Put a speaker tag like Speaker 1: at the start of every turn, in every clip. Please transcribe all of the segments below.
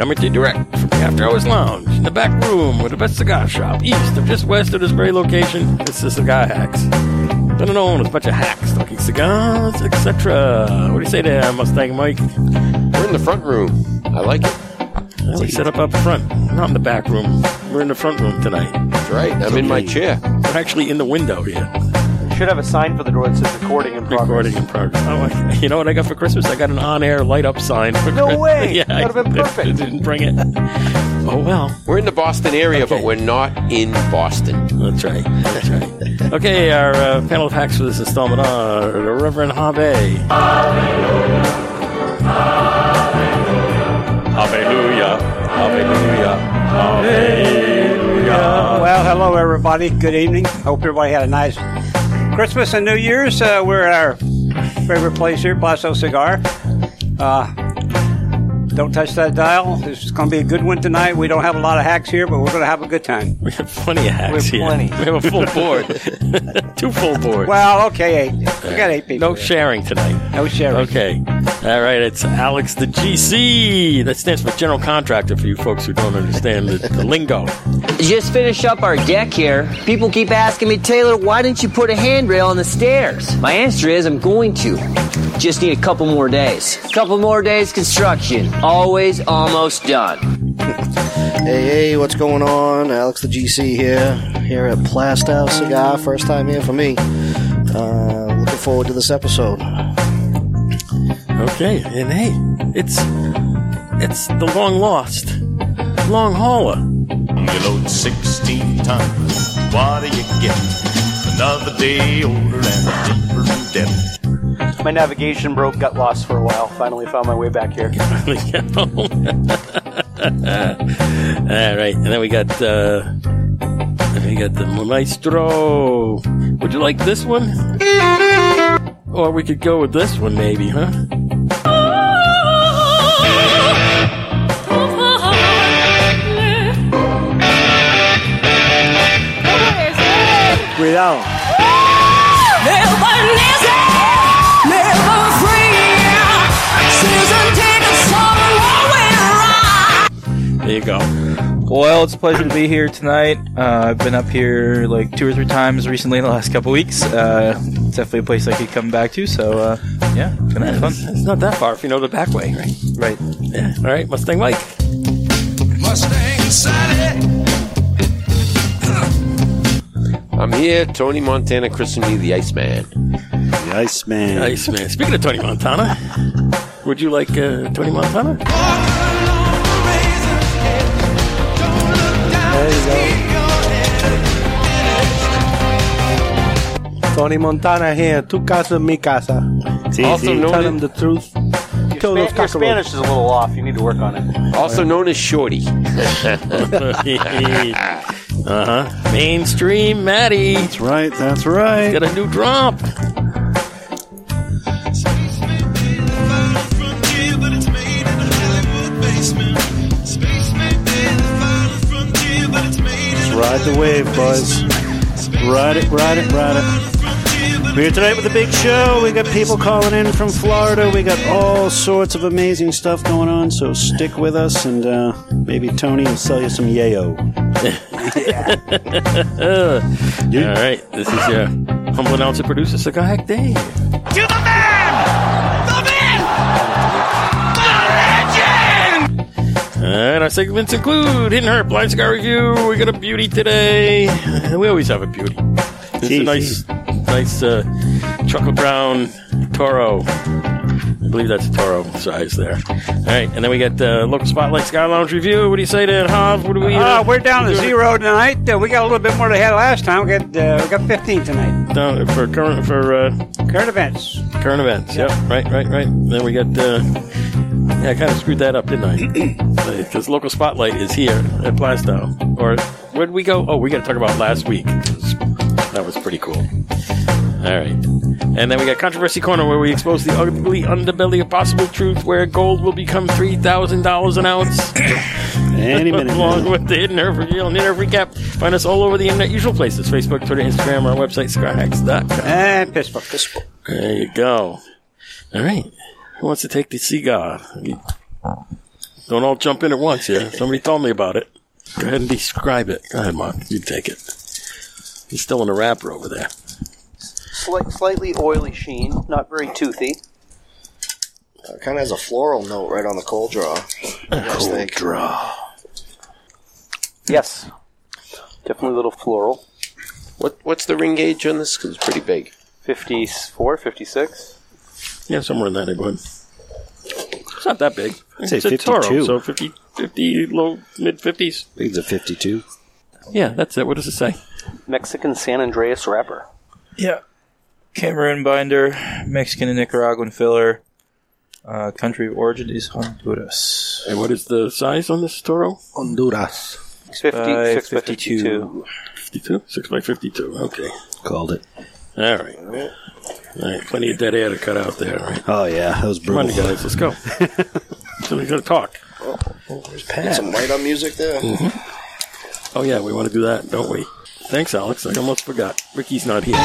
Speaker 1: Amity direct from the After Hours Lounge in the back room with the best cigar shop east of just west of this very location. It's the Cigar Hacks. Better known as a bunch of hacks talking cigars, etc. What do you say there, Mustang Mike?
Speaker 2: We're in the front room. I like it.
Speaker 1: Well, we set up up front, not in the back room. We're in the front room tonight.
Speaker 2: That's right. I'm in my chair.
Speaker 1: We're actually in the window here,
Speaker 3: Should have a sign for the door that says recording in progress.
Speaker 1: recording in progress. Oh, I- you know what I got for Christmas? I got an on-air light-up sign. For
Speaker 3: No
Speaker 1: Christ-
Speaker 3: way!
Speaker 1: yeah,
Speaker 3: That would've
Speaker 1: I-
Speaker 3: been perfect.
Speaker 1: I didn't bring it. Oh well.
Speaker 2: We're in the Boston area,
Speaker 1: Okay.
Speaker 2: but we're not in Boston.
Speaker 1: That's right. That's right. okay, our uh, panel of hacks for this installment are the Reverend Habe. Hallelujah. Hallelujah.
Speaker 4: Well, hello everybody. Good evening. Hope everybody had a nice Christmas and New Year's. Uh, we're at our favorite place here, Plaso Cigar. Uh, don't touch that dial. This is going to be a good one tonight. We don't have a lot of hacks here, but we're going to have a good time.
Speaker 1: We have plenty of hacks
Speaker 3: We have
Speaker 1: here.
Speaker 3: plenty.
Speaker 1: We have a full board. Two full boards.
Speaker 4: Well, okay, eight. We got eight people.
Speaker 1: no sharing tonight.
Speaker 4: No sharing.
Speaker 1: Okay. All right. It's Alex the GC. That stands for General Contractor for you folks who don't understand the, the lingo.
Speaker 5: Just finish up our deck here. People keep asking me, Taylor, why didn't you put a handrail on the stairs? My answer is I'm going to. Just need a couple more days. Couple more days construction. Always almost done.
Speaker 6: Hey, hey, what's going on? Alex the GC here, here at Plastow Cigar. First time here for me. Uh, looking forward to this episode.
Speaker 1: Okay, and hey, it's it's the long lost, long hauler.
Speaker 7: You load 16 tons, what do you get? Another day older and deeper in debt.
Speaker 3: My navigation broke, got lost for a while. Finally found my way back here.
Speaker 1: All right, and then we got uh, then we got the maestro. Would you like this one? Or we could go with this one, maybe, huh?
Speaker 4: Breathe out.
Speaker 1: There you go.
Speaker 8: Well, it's a pleasure to be here tonight. Uh, I've been up here like two or three times recently in the last couple weeks. Uh, it's definitely a place I could come back to. So uh, yeah, it's gonna have fun.
Speaker 1: It's not that far if you know the back way, right?
Speaker 8: Right.
Speaker 1: Yeah. All right, Mustang Mike.
Speaker 6: Uh,
Speaker 7: Mustang Sally.
Speaker 2: I'm here. Tony Montana christened me the Iceman.
Speaker 9: The Iceman.
Speaker 1: Nice man. Speaking of Tony Montana, would you like uh, Tony Montana?
Speaker 10: Tony Montana here. Tu casa, mi casa.
Speaker 9: It's
Speaker 2: Also
Speaker 9: easy.
Speaker 10: Tell
Speaker 2: known,
Speaker 10: him
Speaker 2: as,
Speaker 10: the truth. Kill
Speaker 3: Your
Speaker 10: those
Speaker 3: Spanish
Speaker 10: cockroaches.
Speaker 3: is a little off. You need to work on it.
Speaker 2: also known as Shorty.
Speaker 1: Uh-huh. uh huh. Mainstream Maddie.
Speaker 9: That's right. That's right.
Speaker 1: Got a new drop.
Speaker 9: Let's ride the wave, boys. Ride it, ride it, ride it. We're here tonight with a big show. We got people calling in from Florida. We got all sorts of amazing stuff going on. So stick with us, and uh, maybe Tony will sell you some yayo.
Speaker 1: All right, this is your humble announcer producer, Cigar Hack Dave. And our segments include Hidden Heart Blind Cigar Review. We got a beauty today. We always have a beauty. It's a
Speaker 9: Gee,
Speaker 1: nice, nice uh, chocolate brown Toro. I believe that's a Toro size there. All right, and then we got uh, local spotlight Cigar Lounge Review. What do you say to it, Hav? What do we?
Speaker 4: Uh, we're down
Speaker 1: we
Speaker 4: to
Speaker 1: doing?
Speaker 4: zero tonight. Uh, we got a little bit more than we had last time. We got, uh, we got 15 tonight.
Speaker 1: down for current for. Uh,
Speaker 4: Current events.
Speaker 1: Current events. Yep. Right. Right. Right. Then we got. Uh, yeah, I kind of screwed that up, didn't I? Because local spotlight is here at Plastow. Or where would we go? Oh, we got to talk about last week. That was pretty cool. All right. And then we got Controversy Corner, where we expose the ugly underbelly of possible truth, where gold will become $3,000 an ounce,
Speaker 9: Any minute.
Speaker 1: along
Speaker 9: now.
Speaker 1: with the Hidden Herb Reveal and Hidden Herb Recap. Find us all over the internet, usual places Facebook, Twitter, Instagram, our website, cigarhacks.com.
Speaker 9: Eh,
Speaker 4: And Pittsburgh. Pittsburgh.
Speaker 1: There you go. All right. Who wants to take the cigar? Don't all jump in at once here. Somebody told me about it. Go ahead and describe it. Go ahead, Mark. You take it. He's still in a wrapper over there.
Speaker 3: Slight, slightly oily sheen, not very toothy.
Speaker 6: kind of has a floral note right on the cold draw. Cold
Speaker 1: draw.
Speaker 3: Yes. Definitely a little floral.
Speaker 2: What What's the ring gauge on this? 'Cause it's pretty big.
Speaker 3: 54, 56.
Speaker 1: Yeah, somewhere in that neighborhood. It's not that big.
Speaker 9: I'd say
Speaker 1: it's a
Speaker 9: 52.
Speaker 1: Toro, so 50, 50 low, mid 50s.
Speaker 6: I think it's a 52.
Speaker 1: Yeah, that's it. What does it say?
Speaker 3: Mexican San Andreas wrapper.
Speaker 8: Yeah. Cameroon binder, Mexican and Nicaraguan filler. Uh, country of origin is Honduras.
Speaker 1: And what is the size on this Toro?
Speaker 10: Honduras.
Speaker 3: 50,
Speaker 8: By
Speaker 3: 6 by 52.
Speaker 1: 52? 6 by 52. Okay.
Speaker 10: Called it.
Speaker 1: All right. All right. Plenty of dead air to cut out there. All right.
Speaker 10: Oh, yeah. That was
Speaker 1: Come on,
Speaker 10: brutal.
Speaker 1: you guys. Let's go. so we're going to talk.
Speaker 6: Get some light on music there.
Speaker 1: Oh, yeah, we want to do that, don't we? Thanks, Alex. I almost forgot. Ricky's not here.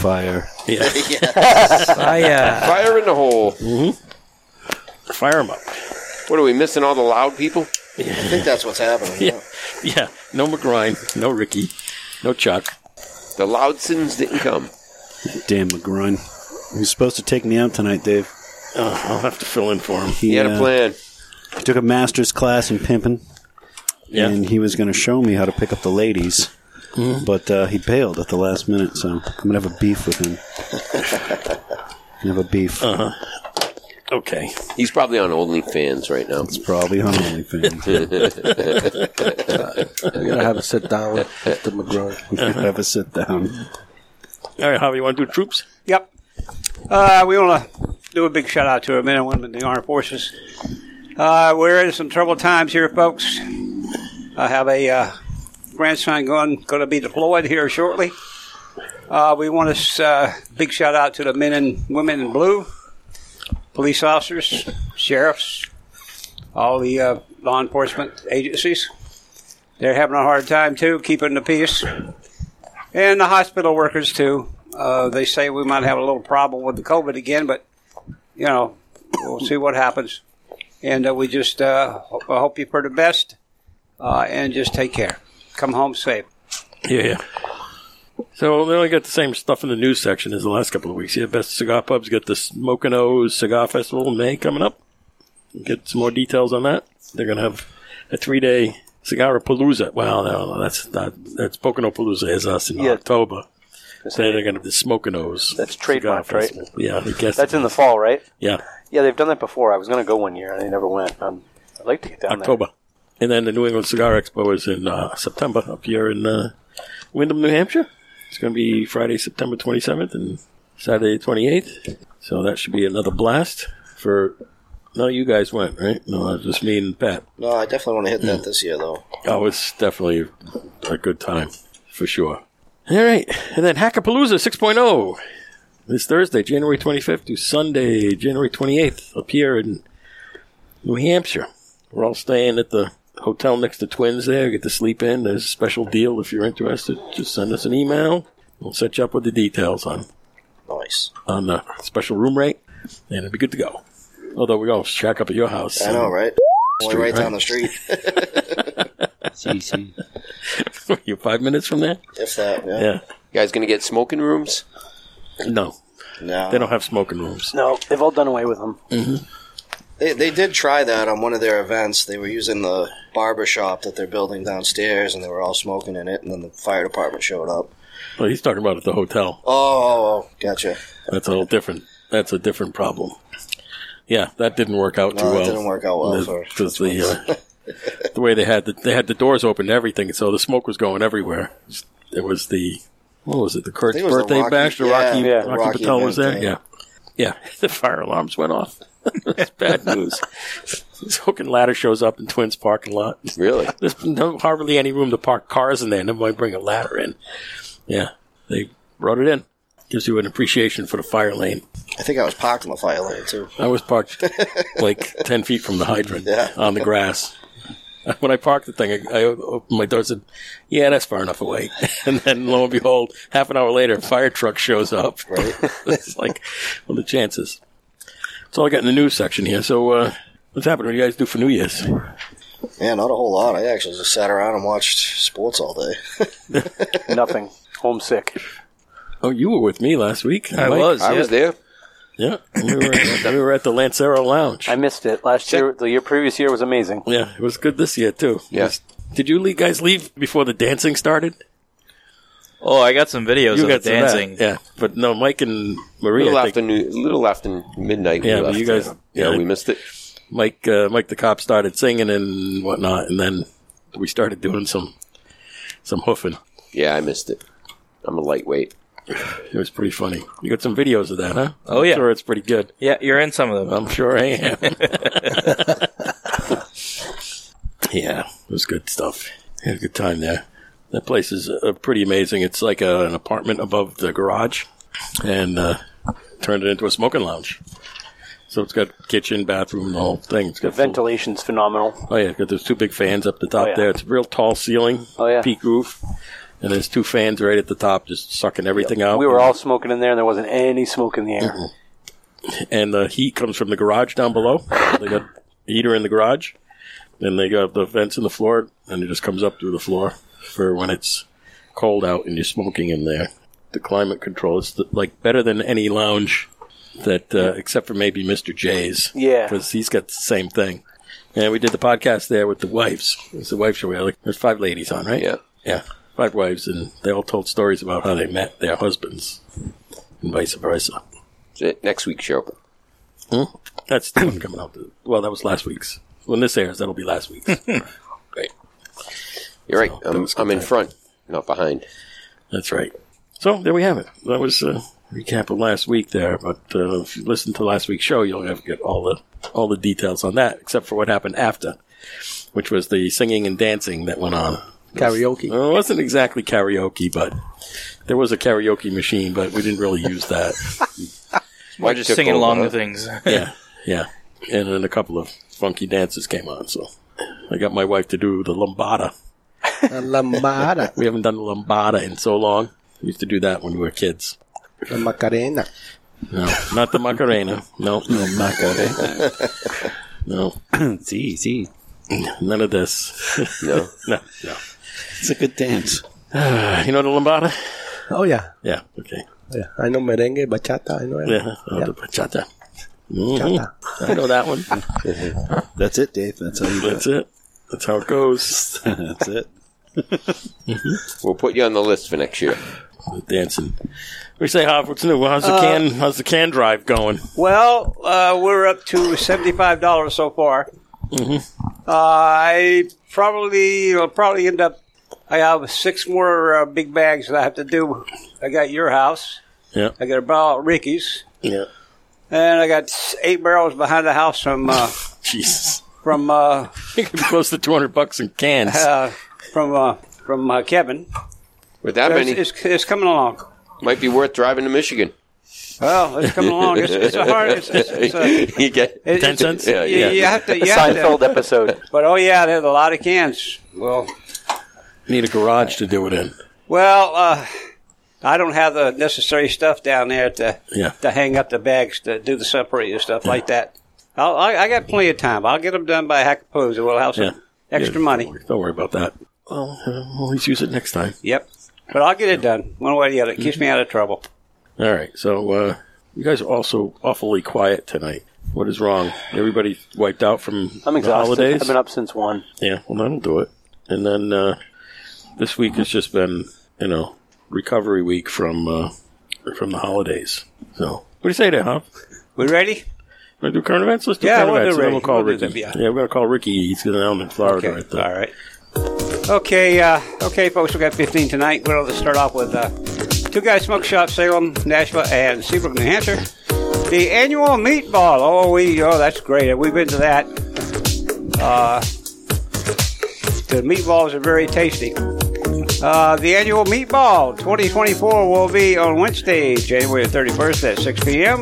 Speaker 10: Fire.
Speaker 1: Yeah.
Speaker 8: Fire.
Speaker 2: Fire in the hole.
Speaker 1: Mm-hmm. Fire him up.
Speaker 2: What are we missing? All the loud people.
Speaker 6: I think that's what's happening.
Speaker 1: Yeah. Yeah. No McGrine. No Ricky. No Chuck.
Speaker 2: The Loudsons didn't come.
Speaker 9: Damn McGrun. He was supposed to take me out tonight, Dave.
Speaker 1: Oh, I'll have to fill in for him.
Speaker 9: He,
Speaker 2: He had
Speaker 9: uh,
Speaker 2: a plan.
Speaker 9: he took a master's class in pimping,
Speaker 1: Yeah. Mm-hmm.
Speaker 9: and he was going to show me how to pick up the ladies. But uh, he bailed at the last minute, so I'm gonna have a beef with him. I have a beef.
Speaker 1: Uh-huh. okay.
Speaker 2: He's probably on OnlyFans right now.
Speaker 9: It's probably on OnlyFans.
Speaker 10: I gotta have a sit down with Mr. McGrone.
Speaker 9: We could have a sit down.
Speaker 1: All right, Javi, you want to do troops?
Speaker 4: Yep. Uh, we want to do a big shout out to our men and women in the armed forces. Uh, we're in some troubled times here, folks. I have a uh, grandson going going to be deployed here shortly. Uh, we want to uh, big shout out to the men and women in blue, police officers, sheriffs, all the uh, law enforcement agencies. They're having a hard time too, keeping the peace and the hospital workers too. Uh, they say we might have a little problem with the COVID again, but you know we'll see what happens. And uh, we just uh, hope, I hope you for the best, uh, and just take care. Come home safe.
Speaker 1: Yeah, yeah. So they only got the same stuff in the news section as the last couple of weeks. Yeah, best cigar pubs got the Smoking O's Cigar Festival in May coming up. Get some more details on that. They're gonna have a three day cigar palooza. Well, no, no, that's not that's Pocono Palooza is us in
Speaker 3: Yeah.
Speaker 1: October. So they're gonna have the Smoking O's.
Speaker 3: That's trademarked,
Speaker 1: Cigar
Speaker 3: right?
Speaker 1: Festival. Yeah, I guess.
Speaker 3: That's in the fall, right?
Speaker 1: yeah,
Speaker 3: Yeah, they've done that before. I was going to go one year, and I never went. Um, I'd like to get down
Speaker 1: October. And then the New England Cigar Expo is in uh, September up here in uh, Windham, New Hampshire. It's going to be Friday, September 27th and Saturday, 28th. So that should be another blast for. No, you guys went, right? No, I just me and Pat.
Speaker 6: No, I definitely want to hit
Speaker 1: Mm.
Speaker 6: that this year, though.
Speaker 1: Oh, it's definitely a good time, for sure. All right. And then Hackapalooza 6.0 this Thursday, January 25th to Sunday, January 28th, up here in New Hampshire. We're all staying at the hotel next to Twins there. Get to sleep in. There's a special deal if you're interested. Just send us an email. We'll set you up with the details on,
Speaker 6: Nice.
Speaker 1: on the special room rate, and it'll be good to go. Although we all shack up at your house.
Speaker 6: I know, right? Only right down the street,
Speaker 1: You're five minutes from there?
Speaker 6: if that. Yeah.
Speaker 1: Yeah.
Speaker 2: You guys gonna get smoking rooms?
Speaker 1: No.
Speaker 6: No. Mm-hmm.
Speaker 1: They don't have smoking rooms.
Speaker 3: there. No, they've all done away with them.
Speaker 6: They, they did try that on one of their events. They were using the barber shop that they're building downstairs, and they were all smoking in it. And then the fire department showed up.
Speaker 1: Well, he's talking about at the hotel.
Speaker 6: Oh, oh, oh gotcha.
Speaker 1: That's a little different. That's a different problem. Yeah, that didn't work out too
Speaker 6: No, it
Speaker 1: well.
Speaker 6: didn't work out well
Speaker 1: The-
Speaker 6: for-
Speaker 1: 'cause the, uh, the way they had the, they had the doors open and everything, so the smoke was going everywhere. It was the what was it? The Kurt's
Speaker 6: think it was the
Speaker 1: birthday
Speaker 6: Rocky-
Speaker 1: bash. The
Speaker 6: yeah,
Speaker 1: Rocky
Speaker 6: yeah,
Speaker 1: Rocky,
Speaker 6: Rocky
Speaker 1: Patel was there.
Speaker 6: event,
Speaker 1: Yeah,
Speaker 6: yeah.
Speaker 1: yeah. The fire alarms went off. That's bad news. Smoking ladder shows up in Twins parking lot.
Speaker 2: Really?
Speaker 1: There's no hardly any room to park cars in there. Never mind bring a ladder in. Yeah, they brought it in. Gives you an appreciation for the fire lane.
Speaker 6: I think I was parked in the
Speaker 1: Oh.
Speaker 6: fire lane too.
Speaker 1: I was parked like ten feet from the hydrant
Speaker 6: Yeah.
Speaker 1: on the grass. when I parked the thing, I, I opened my door and said, "Yeah, that's far enough away." And then, lo and behold, half an hour later, a fire truck shows up. Right? it's like, what are the chances? That's all I got in the news section here. So, uh, what's happening? What do you guys do for New Year's?
Speaker 6: Yeah, not a whole lot. I actually just sat around and watched sports all day.
Speaker 3: Nothing. Homesick.
Speaker 1: Oh, you were with me last week.
Speaker 3: I was, I yeah. was
Speaker 1: there. Yeah, we were, we were at the Lancero Lounge.
Speaker 3: I missed it last year. The year previous year was amazing.
Speaker 1: Yeah, it was good this year too. Yes. Did you le- guys leave before the dancing started?
Speaker 8: Oh, I got some videos
Speaker 1: you
Speaker 8: of
Speaker 1: got
Speaker 8: the
Speaker 1: some of that,
Speaker 8: dancing.
Speaker 1: Yeah, but no, Mike and Maria.
Speaker 2: Little
Speaker 1: I
Speaker 2: after
Speaker 1: think,
Speaker 2: little after midnight. we
Speaker 1: Yeah, but
Speaker 2: left,
Speaker 1: you guys.
Speaker 2: Yeah, we missed it.
Speaker 1: Mike, uh, Mike, the cop started singing and whatnot, and then we started doing some some hoofing.
Speaker 2: Yeah, I missed it. I'm a lightweight.
Speaker 1: It was pretty funny. You got some videos of that, huh?
Speaker 8: Oh,
Speaker 1: I'm
Speaker 8: yeah.
Speaker 1: sure it's pretty good.
Speaker 8: Yeah, you're in some of them.
Speaker 1: I'm sure I am. yeah, it was good stuff. Had a good time there. That place is uh, pretty amazing. It's like a, an apartment above the garage, and uh, turned it into a smoking lounge. So it's got kitchen, bathroom, the whole thing. It's
Speaker 3: The
Speaker 1: got full-
Speaker 3: ventilation's phenomenal.
Speaker 1: Oh yeah, got those two big fans up the top
Speaker 3: Oh, yeah.
Speaker 1: there. It's a real tall ceiling.
Speaker 3: Oh, yeah.
Speaker 1: peak roof, and there's two fans right at the top, just sucking everything out.
Speaker 3: We were all smoking in there, and there wasn't any smoke in the air.
Speaker 1: and the heat comes from the garage down below. They got the heater in the garage, and they got the vents in the floor, and it just comes up through the floor for when it's cold out and you're smoking in there. The climate control is like better than any lounge that, uh, except for maybe Mister J's.
Speaker 3: Yeah.
Speaker 1: because he's got the same thing. And we did the podcast there with the wives. It was the wife show. We had like, there's five ladies on, right? Yeah, yeah, five wives, and they all told stories about how Oh, they met their husbands, and vice versa.
Speaker 2: Next week's show.
Speaker 1: Hmm? That's the one coming out. the- Well, that was last week's. When this airs, that'll be last week's. Great.
Speaker 2: You're right. I'm, I'm in front, not behind.
Speaker 1: That's right. So there we have it. That was a recap of last week there. But uh, if you listen to last week's show, you'll have get all the all the details on that, except for what happened after, which was the singing and dancing that went on. Karaoke. It wasn't exactly karaoke, but there was a karaoke machine, but we didn't really use that.
Speaker 8: We're just singing along the things.
Speaker 1: yeah, yeah. And then a couple of funky dances came on, so I got my wife to do the lambada.
Speaker 10: Lambada.
Speaker 1: We haven't done the lambada in so long. We used to do that when we were kids.
Speaker 10: The Macarena.
Speaker 1: No, not the Macarena. No, no Macarena. No. See, see. None of this.
Speaker 2: No.
Speaker 1: no, no.
Speaker 10: It's a good dance.
Speaker 1: you know the lambada?
Speaker 10: Oh, yeah. Oh,
Speaker 1: Yeah, okay.
Speaker 10: Yeah. I know merengue, bachata. I know
Speaker 1: Yeah,
Speaker 10: everything.
Speaker 1: oh, the bachata.
Speaker 10: Bachata.
Speaker 1: Mhm. I know that one.
Speaker 10: That's it, Dave. That's how you do
Speaker 1: That's it. That's how it goes.
Speaker 10: That's it.
Speaker 2: We'll put you on the list for next year.
Speaker 1: Dancing. We say, Hoff, what's new? Well, How's the
Speaker 4: Uh,
Speaker 1: can? How's the can drive going?
Speaker 4: Well, uh, we're up to seventy-five dollars so far.
Speaker 1: Mm-hmm.
Speaker 4: Uh, I probably will probably end up. I have six more uh, big bags that I have to do. I got your house.
Speaker 1: Yeah.
Speaker 4: I got a barrel at Ricky's,
Speaker 1: Yeah.
Speaker 4: and I got s- eight barrels behind the house from uh,
Speaker 1: Jesus.
Speaker 4: from uh,
Speaker 1: close to two hundred bucks in cans.
Speaker 4: uh, from uh, from uh, Kevin.
Speaker 2: With that
Speaker 4: So
Speaker 2: many,
Speaker 4: it's, it's, it's coming along.
Speaker 2: might be worth driving to Michigan.
Speaker 4: Well, it's coming along. It's, it's a hard. It's, it's, it's a,
Speaker 2: you get
Speaker 4: It- it's-
Speaker 2: Yeah,
Speaker 4: you-
Speaker 2: yeah.
Speaker 4: you have to- you have to-
Speaker 3: Seinfeld episode.
Speaker 4: but oh yeah, there's a lot of cans. Well,
Speaker 1: Need a garage to do it in.
Speaker 4: Well, uh, I don't have the necessary stuff down there to
Speaker 1: Yeah.
Speaker 4: to hang up the bags to do the separate and stuff like that. I'll, I, I got plenty of time. I'll get them done by Hackapalooza. We'll have some
Speaker 1: Yeah.
Speaker 4: extra
Speaker 1: Yeah,
Speaker 4: money.
Speaker 1: Don't worry, don't worry about that. Well, uh, we'll at least use it next time.
Speaker 4: Yep. But I'll get it done one way or the other. It keeps me out of trouble.
Speaker 1: All right. So uh, you guys are also awfully quiet tonight. What is wrong? Everybody wiped out from
Speaker 3: I'm
Speaker 1: the
Speaker 3: exhausted.
Speaker 1: holidays.
Speaker 3: I've been up since one.
Speaker 1: Yeah. Well, that'll do it. And then uh, this week has just been, you know, recovery week from uh, from the holidays. So what do you say there, huh?
Speaker 4: We ready?
Speaker 1: Want to do current events? Let's do
Speaker 4: Yeah,
Speaker 1: current
Speaker 4: we'll do
Speaker 1: events. and then we'll
Speaker 4: Ricky.
Speaker 1: call
Speaker 4: We'll do
Speaker 1: Ricky.
Speaker 4: them,
Speaker 1: yeah. we're gonna call Ricky. He's gonna down in Florida. Right there.
Speaker 4: All right. Okay, uh, okay, folks. We got 15 tonight. We'll start off with uh, Two Guys Smoke Shop, Salem, Nashville, and Seabrook, New Hampshire. The annual meatball. Oh, we oh, that's great. We've been to that. Uh, the meatballs are very tasty. Uh, the annual meatball 2024 will be on Wednesday, January 31st at 6 p.m.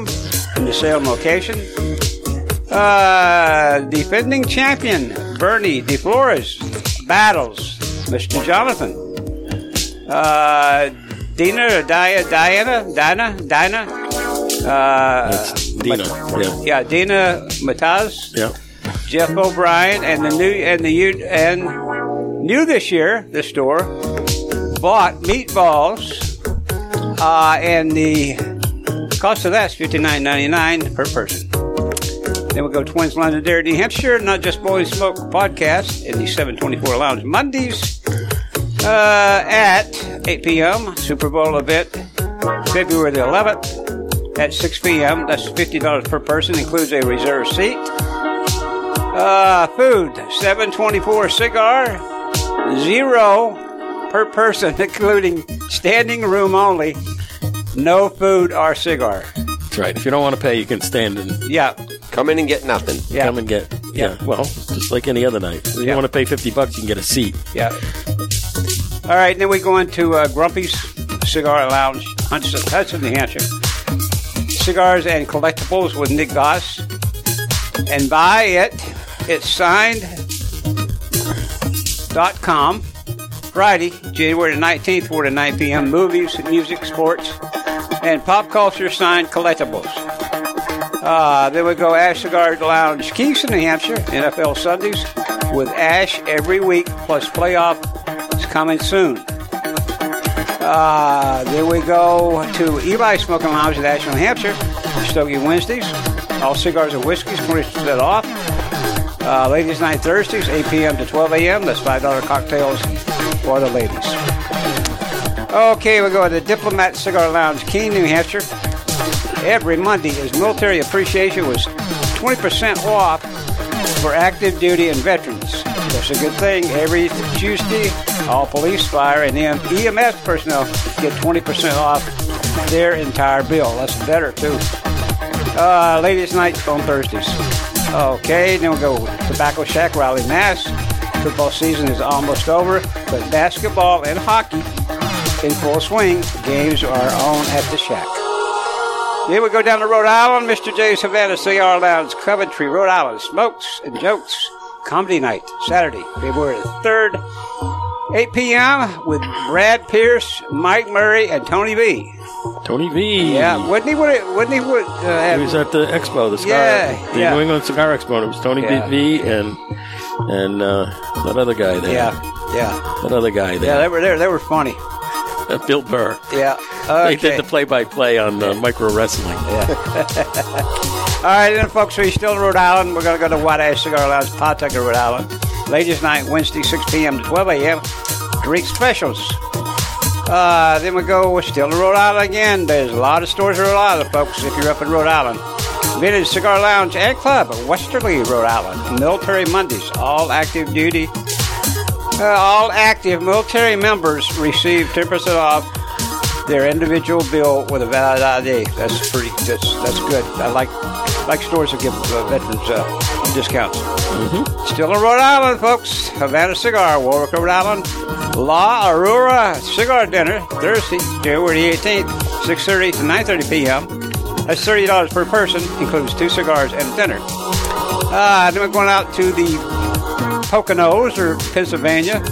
Speaker 4: in the Salem location. Uh, defending champion Bernie DeFlores battles Mr. Jonathan. Uh, Dina or Dia, Diana, Dina, Dina. Uh,
Speaker 1: Dina. Yeah.
Speaker 4: yeah, Dina Mataz.
Speaker 1: Yeah.
Speaker 4: Jeff O'Brien and the new and the u- and new this year the store bought meatballs uh, and the cost of that's fifty nine ninety nine per person. Then we'll go to Twins London Dairy, New Hampshire, not just Blowing Smoke podcast in the seven twenty four Lounge Mondays uh, at eight p.m. Super Bowl event February the eleventh at six p.m. That's fifty dollars per person, includes a reserve seat. Uh, food, 724 cigar, zero per person, including standing room only. No food or cigar.
Speaker 1: That's right. If you don't want to pay, you can stand and
Speaker 4: yeah,
Speaker 2: come in and get nothing.
Speaker 4: Yeah.
Speaker 1: Come and get yeah. Well, just like any other night, if you
Speaker 4: Yeah.
Speaker 1: want to pay fifty bucks, you can get a seat.
Speaker 4: Yeah. All right, then we go into uh, Grumpy's Cigar Lounge, Hudson, Hudson, New Hampshire. Cigars and collectibles with Nick Goss. And buy it. It's signed. Dot com. Friday, January the 19th, 4 to 9 p.m. Movies, music, sports, and pop culture signed collectibles. Uh, then we go Ash Cigar Lounge, Kingston, New Hampshire, NFL Sundays with Ash every week, plus playoff is coming soon. Uh, then we go to Eli Smoking Lounge in Ashland, New Hampshire, Stogie Wednesdays. All cigars and whiskeys, 20% off. Uh, ladies' Night Thursdays, 8 p.m. to 12 a.m. That's $5 cocktails for the ladies. Okay, we go to the Diplomat Cigar Lounge, Keene, New Hampshire. Every Monday is Military Appreciation was 20% off for active duty and veterans. That's a good thing. Every Tuesday, all police, fire, and E M- EMS personnel get 20% off their entire bill. That's better, too. Uh, ladies' night on Thursdays. Okay, then we'll go Tobacco Shack, Raleigh, Mass. Football season is almost over, but basketball and hockey in full swing. Games are on at the Shack. Then we go down to Rhode Island. Mr. J. Savannah Cigar Lounge, Coventry, Rhode Island. Smokes and Jokes Comedy Night, Saturday, February the 3rd, 8 p.m. with Brad Pierce, Mike Murray, and Tony V.
Speaker 1: Tony V.
Speaker 4: Yeah, wouldn't he? Would it, wouldn't he? Would, uh, have,
Speaker 1: He was at the expo, the cigar,
Speaker 4: Yeah,
Speaker 1: the
Speaker 4: yeah.
Speaker 1: New England Cigar Expo. and It was Tony
Speaker 4: Yeah.
Speaker 1: B and and uh, that other guy there.
Speaker 4: Yeah, yeah,
Speaker 1: That other guy
Speaker 4: yeah.
Speaker 1: there.
Speaker 4: They were there. They were funny.
Speaker 1: Uh, Bill Burr.
Speaker 4: Yeah.
Speaker 1: They
Speaker 4: Okay.
Speaker 1: did the play-by-play on uh, micro wrestling.
Speaker 4: All right, then, folks, we're still in Rhode Island. We're going to go to White Ash Cigar Lounge, Pawtucket, Rhode Island. Ladies' night, Wednesday, 6 p.m. to 12 a.m. Drink specials. Uh, then we go, we're still in Rhode Island again. There's a lot of stores in Rhode Island, folks, if you're up in Rhode Island. Vintage Cigar Lounge and Club, Westerly, Rhode Island. Military Mondays, all active duty. Uh, all active military members receive 10% off their individual bill with a valid ID. That's pretty. That's that's good. I like like stores that give uh, veterans uh, discounts. Still in Rhode Island, folks. Havana Cigar, Warwick, Rhode Island. La Aurora Cigar Dinner Thursday, January eighteenth, six thirty to nine thirty p.m. That's thirty dollars per person, includes two cigars and dinner. Uh, then we're going out to the Poconos or Pennsylvania.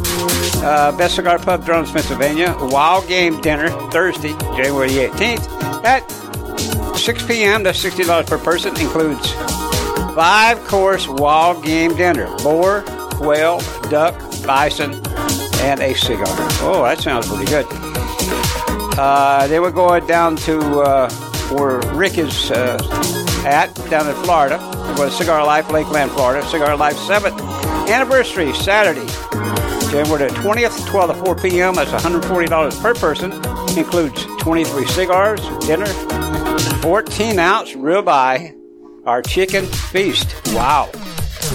Speaker 4: Uh, Best Cigar Pub, Drums, Pennsylvania. Wild Game Dinner, Thursday, January 18th at 6 p.m. That's $60 per person. Includes five course wild game dinner boar, quail, duck, bison, and a cigar. Oh, that sounds pretty good. Uh, they were going down to uh, where Rick is uh, at, down in Florida. It was Cigar Life, Lakeland, Florida. Cigar Life 7th anniversary, Saturday, January the 20th, 12 to 4 p.m. That's $140 per person. Includes 23 cigars, dinner, 14 ounce ribeye, our chicken feast. Wow.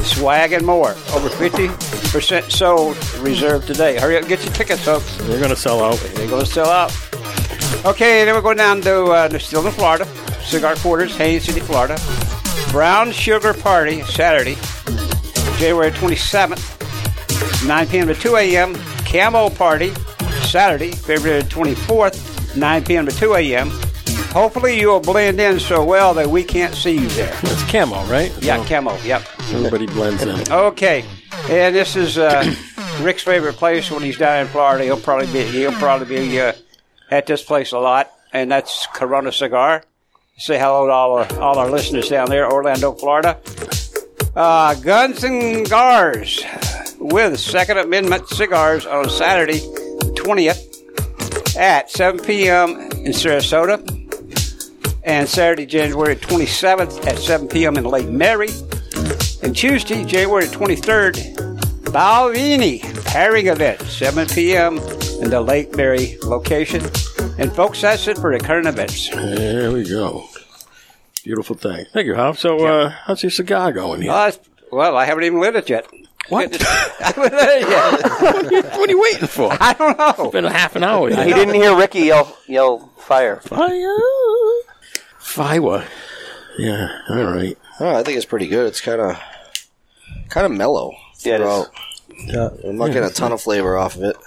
Speaker 4: Swag and more. Over 50% sold, reserved today. Hurry up, get your tickets, folks.
Speaker 1: We're going to sell out.
Speaker 4: They're going to sell out. Okay, then we're going down to uh, still in Florida, Cigar Quarters, Haines City, Florida. Brown Sugar Party, Saturday, January 27th, 9 p.m. to 2 a.m. Camo Party, Saturday, February 24th, 9 p.m. to 2 a.m. Hopefully you will blend in so well that we can't see you there.
Speaker 1: It's camo, right?
Speaker 4: Yeah, camo. Yep.
Speaker 1: Everybody blends in.
Speaker 4: Okay, and this is uh, Rick's favorite place when he's down in Florida. He'll probably be he'll probably be uh, at this place a lot, and that's Corona Cigar. Say hello to all our, all our listeners down there, Orlando, Florida. Uh, Guns and Gars with Second Amendment Cigars on Saturday, twentieth, at seven p.m. in Sarasota, and Saturday, January twenty seventh, at seven p.m. in Lake Mary. And Tuesday, January 23rd, Balvini pairing event, 7 p.m. in the Lake Mary location. And folks, that's it for the current events.
Speaker 1: There we go. Beautiful thing. Thank you, Hop. So, uh, how's your cigar going here?
Speaker 4: Well, that's- Uh, well, I haven't even lit it yet.
Speaker 1: What?
Speaker 4: I haven't lit it yet.
Speaker 1: what, are you, what are you waiting for?
Speaker 4: I don't know.
Speaker 1: It's been half an hour.
Speaker 3: He didn't hear Ricky yell, yell fire.
Speaker 1: Fire. Fiwa. Yeah. All right.
Speaker 6: Oh, I think it's pretty good. It's kind of kind of mellow.
Speaker 3: Yeah, it is.
Speaker 6: throughout. I'm not getting a ton of flavor off of it,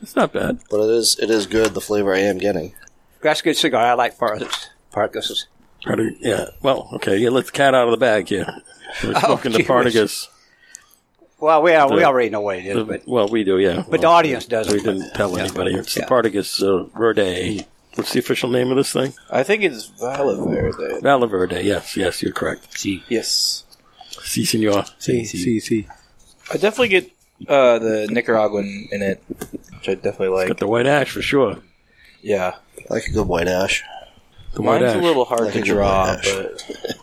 Speaker 1: It's not bad.
Speaker 6: but it is it is good. The flavor I am getting.
Speaker 4: That's a good cigar. I like Parkas. Parkas.
Speaker 1: How do- yeah. Well, okay. Yeah, let the cat out of the bag here. We're smoking the
Speaker 4: Oh, geez.
Speaker 1: Partagas.
Speaker 4: Well, we, we already know what it is, but,
Speaker 1: Well, we do, yeah.
Speaker 4: but the
Speaker 1: Well,
Speaker 4: audience doesn't.
Speaker 1: we didn't tell anybody. It's
Speaker 4: Yeah.
Speaker 1: the Partagas uh, Verde. What's the official name of this thing?
Speaker 8: I think it's Violet
Speaker 4: Uh,
Speaker 8: Verde.
Speaker 1: Valla Verde. Yes, yes, you're correct.
Speaker 8: Yes.
Speaker 1: Si, senor.
Speaker 10: See, see, see.
Speaker 8: I definitely get uh, the Nicaraguan in it, which I definitely like.
Speaker 1: Got the white ash for sure.
Speaker 8: Yeah.
Speaker 6: I like a good white ash.
Speaker 1: The white
Speaker 8: Mine's
Speaker 1: ash.
Speaker 8: a little hard to
Speaker 6: think it's
Speaker 8: draw,
Speaker 6: White Ash.
Speaker 8: but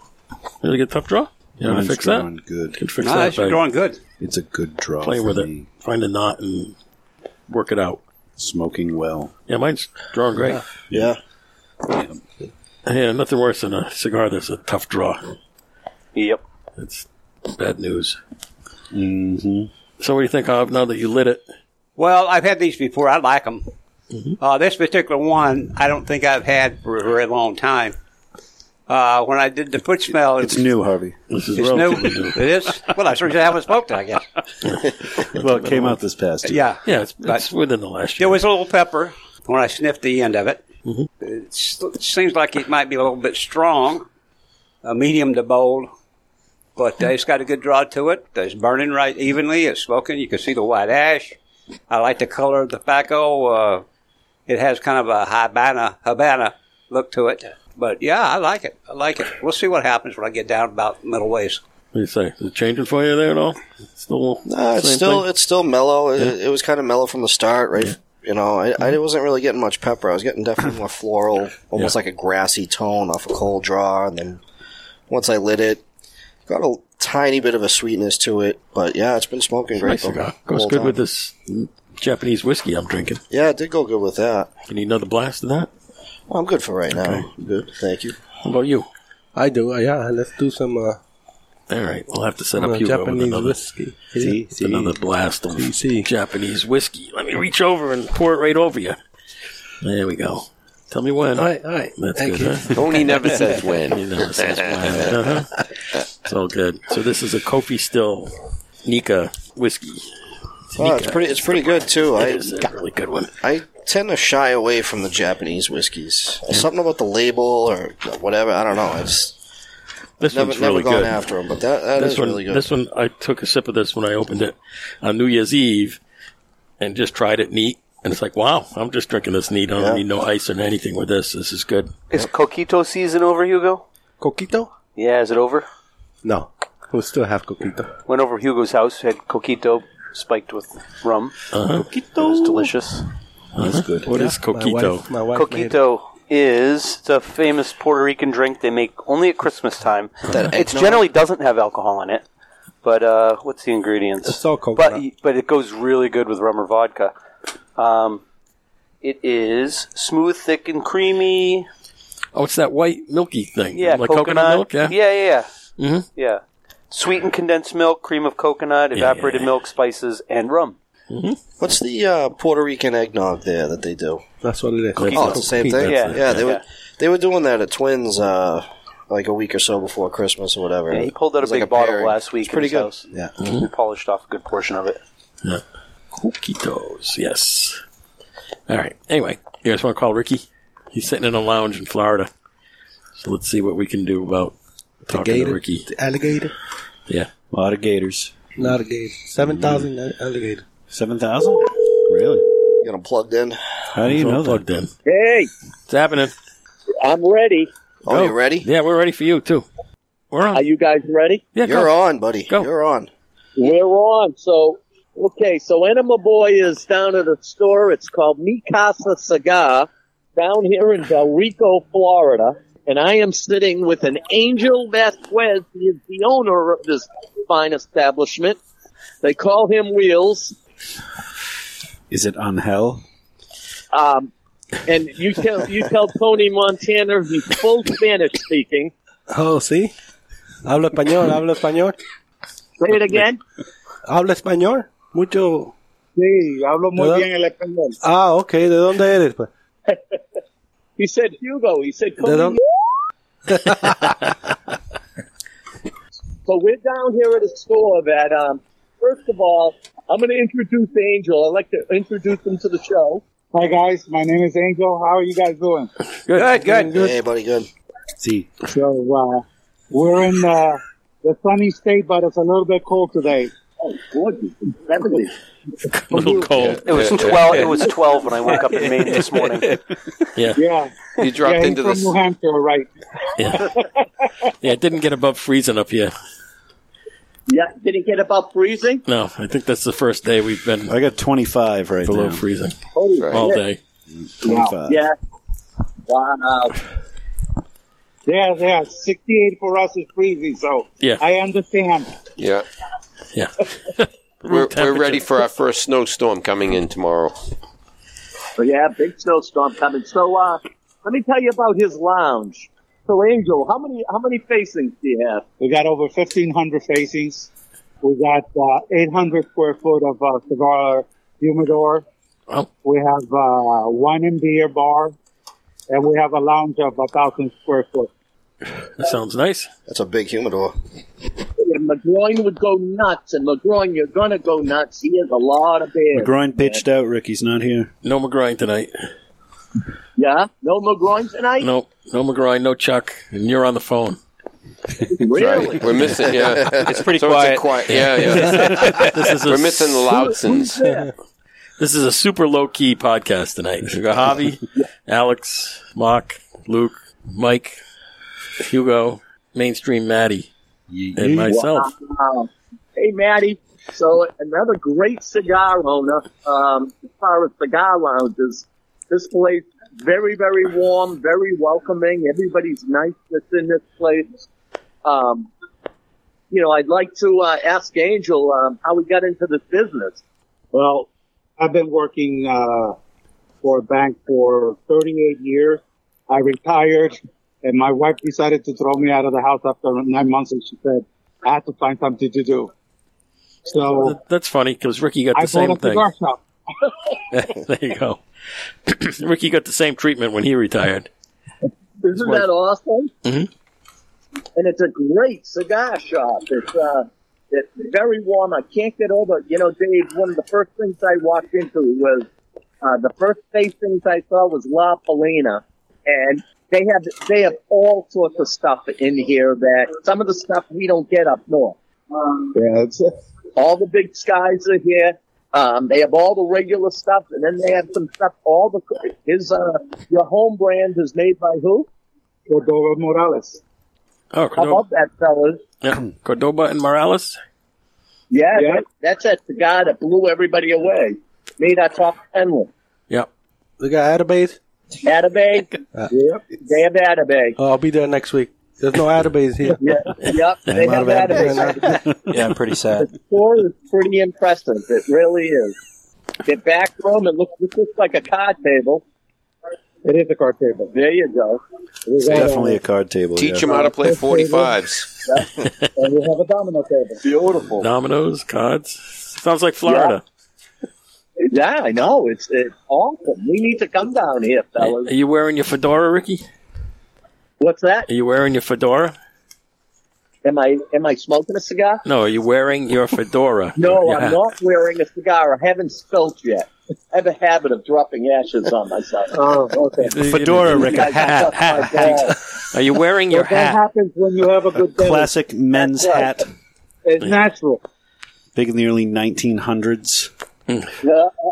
Speaker 1: Did I get a tough draw? You want
Speaker 10: Mine's
Speaker 1: to fix that?
Speaker 10: going Good.
Speaker 1: Can fix
Speaker 4: No,
Speaker 1: that.
Speaker 4: that's
Speaker 1: by
Speaker 4: growing good.
Speaker 10: It's a good draw.
Speaker 1: Playing
Speaker 10: for
Speaker 1: with
Speaker 10: me.
Speaker 1: it. Find a knot and work it out.
Speaker 10: Smoking well.
Speaker 1: Yeah, mine's drawing great.
Speaker 6: Yeah,
Speaker 1: Yeah, nothing worse than a cigar that's a tough draw.
Speaker 3: Yep.
Speaker 1: That's bad news. Mm-hmm. So, what do you think, Hob, now that you lit it? Mm-hmm.
Speaker 4: Well, I've had these before. I like them. Uh, this particular one, I don't think I've had for a very long time. Uh, when I did the foot smell,
Speaker 10: It's new, Harvey.
Speaker 1: This is
Speaker 4: It's new.
Speaker 1: relatively new.
Speaker 4: it is. Well, I sure haven't smoked it. I guess.
Speaker 10: Well, it came out this past year.
Speaker 4: Yeah.
Speaker 1: Yeah, it's, it's within the last year.
Speaker 4: There was a little pepper when I sniffed the end of it.
Speaker 1: Mm-hmm.
Speaker 4: It's- It seems like it might be a little bit strong, a medium to bold,
Speaker 2: Hmm.
Speaker 4: but uh, it's got a good draw to it. It's burning right evenly. It's smoking. You can see the white ash. I like the color of the tobacco. Uh, it has kind of a Habana Habana look to it. But yeah, I like it. I like it. We'll see what happens when I get down about middle ways.
Speaker 1: What do you say? Is it changing for you there at all? Still,
Speaker 6: Nah, it's
Speaker 1: same
Speaker 6: still
Speaker 1: thing?
Speaker 6: it's still mellow. It, it was kind of mellow from the start, right? You know, I, I wasn't really getting much pepper. I was getting definitely more floral, almost
Speaker 1: Yeah.
Speaker 6: like a grassy tone off a cold draw. And then once I lit it, got a tiny bit of a sweetness to it. But yeah, it's been smoking great.
Speaker 1: nice
Speaker 6: the
Speaker 1: cigar.
Speaker 6: whole
Speaker 1: Goes good
Speaker 6: time.
Speaker 1: with this Japanese whiskey I'm drinking.
Speaker 6: Yeah, it did go good with that.
Speaker 1: You need another blast of that?
Speaker 6: Well, I'm good for right now. Good, thank you.
Speaker 1: How about you?
Speaker 10: I do. uh, Yeah, let's do some uh,
Speaker 1: All right, we'll have to set
Speaker 10: uh,
Speaker 1: up Hugo with
Speaker 10: Japanese
Speaker 1: another,
Speaker 10: whiskey.
Speaker 1: See,
Speaker 10: See,
Speaker 1: with
Speaker 10: see.
Speaker 1: another blast of
Speaker 10: See, see.
Speaker 1: Japanese whiskey. Let me reach over and pour it right over you. There we go. Tell me when.
Speaker 10: All right, all right.
Speaker 1: That's
Speaker 10: Thank
Speaker 1: good,
Speaker 10: you.
Speaker 1: huh?
Speaker 2: Tony never says when.
Speaker 1: You know, it's, it's fine. Uh-huh. It's all good. So this is a Kofi Still Nika whiskey.
Speaker 6: Oh, it's pretty. It's pretty good too. I
Speaker 1: It's a really good one.
Speaker 6: I tend to shy away from the Japanese whiskeys. Something about the label or whatever. I don't know. It's
Speaker 1: This
Speaker 6: never,
Speaker 1: one's
Speaker 6: never
Speaker 1: really
Speaker 6: gone
Speaker 1: good.
Speaker 6: after them, but that, that
Speaker 1: this
Speaker 6: is
Speaker 1: one,
Speaker 6: really good.
Speaker 1: this one, I took a sip of this when I opened it on New Year's Eve, and just tried it neat. And it's like, wow, I'm just drinking this neat. I don't
Speaker 6: Yeah.
Speaker 1: need no ice or anything with this. This is good.
Speaker 3: Is Coquito season over, Hugo?
Speaker 10: Coquito?
Speaker 3: Yeah, is it over?
Speaker 10: No. We still have coquito.
Speaker 3: Went over to Hugo's house, had Coquito spiked with rum.
Speaker 1: Uh-huh.
Speaker 3: It was delicious.
Speaker 10: That's good.
Speaker 1: What is coquito?
Speaker 10: My wife, my wife made it.
Speaker 3: Coquito is it's a famous Puerto Rican drink they make only at Christmas time.
Speaker 6: That
Speaker 3: It
Speaker 6: eggnog?
Speaker 3: generally doesn't have alcohol in it, but uh, what's the ingredients?
Speaker 10: It's all
Speaker 3: But,
Speaker 10: coconut.
Speaker 3: but it goes really good with rum or vodka. Um, it is smooth, thick, and creamy.
Speaker 1: Oh, it's that white milky thing.
Speaker 3: Yeah,
Speaker 1: like coconut, milk. Yeah.
Speaker 3: yeah, yeah. Yeah.
Speaker 1: Mhm.
Speaker 3: yeah. Sweetened condensed milk, cream of coconut,
Speaker 1: yeah,
Speaker 3: evaporated
Speaker 1: yeah.
Speaker 3: milk, spices, and rum.
Speaker 1: mm-hmm.
Speaker 6: What's the uh, Puerto Rican eggnog there that they do?
Speaker 10: That's what it is.
Speaker 1: Coquito.
Speaker 6: Oh, it's the same thing.
Speaker 3: Yeah.
Speaker 6: Yeah, they were
Speaker 3: Yeah.
Speaker 6: they were doing that at Twins uh, like a week or so before Christmas or whatever.
Speaker 3: Yeah, he pulled out
Speaker 6: It
Speaker 3: a
Speaker 6: was
Speaker 3: big
Speaker 6: like
Speaker 3: bottle
Speaker 6: pairing.
Speaker 3: last week
Speaker 6: It's
Speaker 3: in
Speaker 6: pretty
Speaker 3: his
Speaker 6: good. Mm-hmm.
Speaker 3: house.
Speaker 10: Yeah.
Speaker 3: He polished off a good portion of it.
Speaker 1: Yeah. Coquitos. Yes. All right. Anyway, you guys want to call Ricky? He's sitting in a lounge in Florida. So let's see what we can do about talking to Ricky.
Speaker 10: The alligator.
Speaker 1: Yeah.
Speaker 9: A lot of gators.
Speaker 10: Not a gator. 7,000 alligator.
Speaker 9: 7,000? Really?
Speaker 6: Got them plugged in.
Speaker 9: How do you know that?
Speaker 1: Plugged in.
Speaker 11: Hey,
Speaker 1: It's happening.
Speaker 11: I'm ready.
Speaker 6: Oh, you ready?
Speaker 1: Yeah, we're ready for you too. We're on.
Speaker 11: Are you guys ready?
Speaker 1: Yeah,
Speaker 6: You're
Speaker 1: go.
Speaker 6: on, buddy.
Speaker 1: Go.
Speaker 6: You're on.
Speaker 11: We're on. So, okay, so Enema Boy is down at a store. It's called Mikasa Cigar down here in Del Rico, Florida. And I am sitting with an Angel Vasquez. He is the owner of this fine establishment. They call him Wheels.
Speaker 9: Is it on hell?
Speaker 11: Um, and you tell you tell Tony Montana he's full Spanish speaking.
Speaker 10: Oh, see? Hablo español, hablo español.
Speaker 11: Say it again.
Speaker 10: Hablo español. Mucho.
Speaker 12: Sí, hablo muy
Speaker 10: ¿Verdad?
Speaker 12: bien el español.
Speaker 10: Ah, ok. ¿De dónde eres? pues?
Speaker 11: He said Hugo. He said
Speaker 10: ¿De
Speaker 11: Tony.
Speaker 10: dónde?
Speaker 11: So we're down here at a store that, um, first of all, I'm going to introduce Angel. I'd like to introduce him to the show.
Speaker 12: Hi guys, my name is Angel. How are you guys doing?
Speaker 1: Good,
Speaker 6: good, good. Hey, buddy, good.
Speaker 9: See.
Speaker 12: So uh, we're in uh, the sunny state, but it's a little bit cold today.
Speaker 11: Oh, gorgeous. Seventy.
Speaker 1: A little cold.
Speaker 3: Oh, It was twelve. It was twelve when I woke up in Maine this morning.
Speaker 1: Yeah.
Speaker 12: Yeah,
Speaker 2: You dropped
Speaker 12: yeah, he's
Speaker 2: into
Speaker 12: from
Speaker 2: this.
Speaker 12: New Hampshire, right?
Speaker 1: Yeah. yeah, it didn't get above freezing up here.
Speaker 11: Yeah, did he get above freezing?
Speaker 1: No, I think that's the first day we've been
Speaker 9: I got 25 right
Speaker 1: below
Speaker 9: now.
Speaker 1: freezing
Speaker 11: Holy
Speaker 1: all
Speaker 11: shit.
Speaker 1: day.
Speaker 9: 25.
Speaker 11: Yeah. Wow.
Speaker 12: Yeah, yeah. Sixty-eight for us is freezing, so
Speaker 1: Yeah.
Speaker 12: I understand.
Speaker 2: Yeah.
Speaker 1: Yeah.
Speaker 2: We're, we're
Speaker 1: temperature.
Speaker 2: ready for our first snowstorm coming in tomorrow.
Speaker 11: But yeah, big snowstorm coming. So, uh, let me tell you about his lounge. So, Angel, how many how many facings do you have?
Speaker 12: We got over fifteen hundred facings. We got uh, eight hundred square foot of uh, cigar humidor.
Speaker 1: Wow.
Speaker 12: We have uh, wine and beer bar, and we have a lounge of a thousand square foot.
Speaker 1: That sounds nice.
Speaker 6: That's a big humidor.
Speaker 11: And McGroin would go nuts, and McGroin, you're gonna go nuts. He has a lot of beer.
Speaker 9: Groin pitched out. Ricky's not here.
Speaker 1: No McGrind tonight.
Speaker 11: Yeah, no McGroin tonight.
Speaker 1: No, no McGrind, no Chuck, and you're on the phone.
Speaker 11: really?
Speaker 2: We're missing, yeah. It's
Speaker 8: pretty
Speaker 2: so
Speaker 8: quiet.
Speaker 2: It's a quiet. Yeah, yeah.
Speaker 1: This is a,
Speaker 2: We're missing the Loudsons.
Speaker 1: This is a super low key podcast tonight. We got Javi, Alex, Mock, Luke, Mike, Hugo, mainstream Maddie, and myself.
Speaker 11: Wow. Hey, Maddie. So another great cigar owner. Um, as far as cigar lounges, this place very, very warm, very welcoming. Everybody's nice that's in this place. Um, you know, I'd like to uh, ask Angel um, how he got into this business.
Speaker 12: Well, I've been working uh, for a bank for 38 years. I retired, and my wife decided to throw me out of the house after nine months, and she said, I had to find something to do. So
Speaker 1: That's funny because Ricky got
Speaker 12: I
Speaker 1: the same
Speaker 12: bought a
Speaker 1: thing.
Speaker 12: cigar shop.
Speaker 1: there you go. Ricky got the same treatment when he retired.
Speaker 11: Isn't
Speaker 1: Right.
Speaker 11: that awesome?
Speaker 9: Mm-hmm.
Speaker 1: Mhm.
Speaker 11: And it's a great cigar shop. It's uh, it's very warm. I can't get over. it. You know, Dave. One of the first things I walked into was uh, the first things I saw was La Polina, and they have they have all sorts of stuff in here that some of the stuff we don't get up north. Um,
Speaker 12: Yeah, it's,
Speaker 11: all the big skies are here. Um, they have all the regular stuff, and then they have some stuff. All the his uh, your home brand is made by who?
Speaker 12: Cordova Morales.
Speaker 1: Oh,
Speaker 11: I
Speaker 1: Cordoba,
Speaker 11: love that, fellas.
Speaker 1: yeah. Cordoba and Morales.
Speaker 11: Yeah,
Speaker 12: Yeah.
Speaker 11: That, that's that the guy that blew everybody away. Made our top ten list.
Speaker 1: Yep.
Speaker 10: We got Atabase.
Speaker 11: Atabay,
Speaker 10: Yep.
Speaker 11: they have Atabay.
Speaker 10: Uh, I'll be there next week. There's no Atabase here.
Speaker 11: Yeah, yep, they
Speaker 10: I'm out
Speaker 11: have
Speaker 10: of Atabase
Speaker 11: Atabay.
Speaker 10: now.
Speaker 8: Yeah, I'm pretty sad.
Speaker 11: Score is pretty impressive. It really is. The back room, it looks it looks like a card table.
Speaker 12: It is a card table.
Speaker 11: There you go.
Speaker 12: We got, uh,
Speaker 9: Definitely a card table.
Speaker 2: Teach
Speaker 9: yeah.
Speaker 2: them how to play 45s.
Speaker 12: and we have a domino table.
Speaker 11: Beautiful.
Speaker 1: Dominoes, cards. Sounds like Florida.
Speaker 11: Yeah, I know. It's it's awesome. We need to come down here,
Speaker 1: Are
Speaker 11: fellas.
Speaker 1: you wearing your fedora, Ricky?
Speaker 11: What's that?
Speaker 1: Are you wearing your fedora?
Speaker 11: Am I am I smoking a cigar?
Speaker 1: No, are you wearing your fedora?
Speaker 11: No,
Speaker 1: Your
Speaker 11: I'm
Speaker 1: hat.
Speaker 11: not wearing a cigar. I haven't spilt yet. I have a habit of dropping ashes on myself.
Speaker 12: Oh, okay.
Speaker 9: Fedora, Rick, a hat.
Speaker 12: hat.
Speaker 1: Are you wearing your
Speaker 12: But that
Speaker 1: hat?
Speaker 12: happens when you have a good day.
Speaker 9: Classic men's hat.
Speaker 12: It's natural.
Speaker 9: Big in the early 1900s.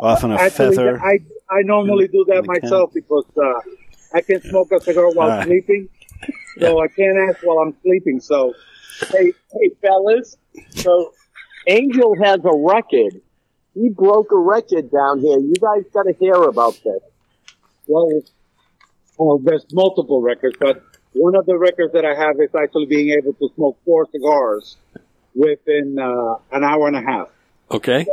Speaker 9: Off on a
Speaker 12: Actually,
Speaker 9: feather.
Speaker 12: I, I normally do that
Speaker 9: in the
Speaker 12: myself because uh, I can smoke a cigar while
Speaker 9: All right.
Speaker 12: sleeping, so I can't ask while I'm sleeping. So,
Speaker 11: hey, hey, fellas. So, Angel has a record. He broke a record down here. You guys got to hear about this.
Speaker 12: well, well, there's multiple records, but one of the records that I have is actually being able to smoke four cigars within uh, an hour and a half.
Speaker 1: Okay.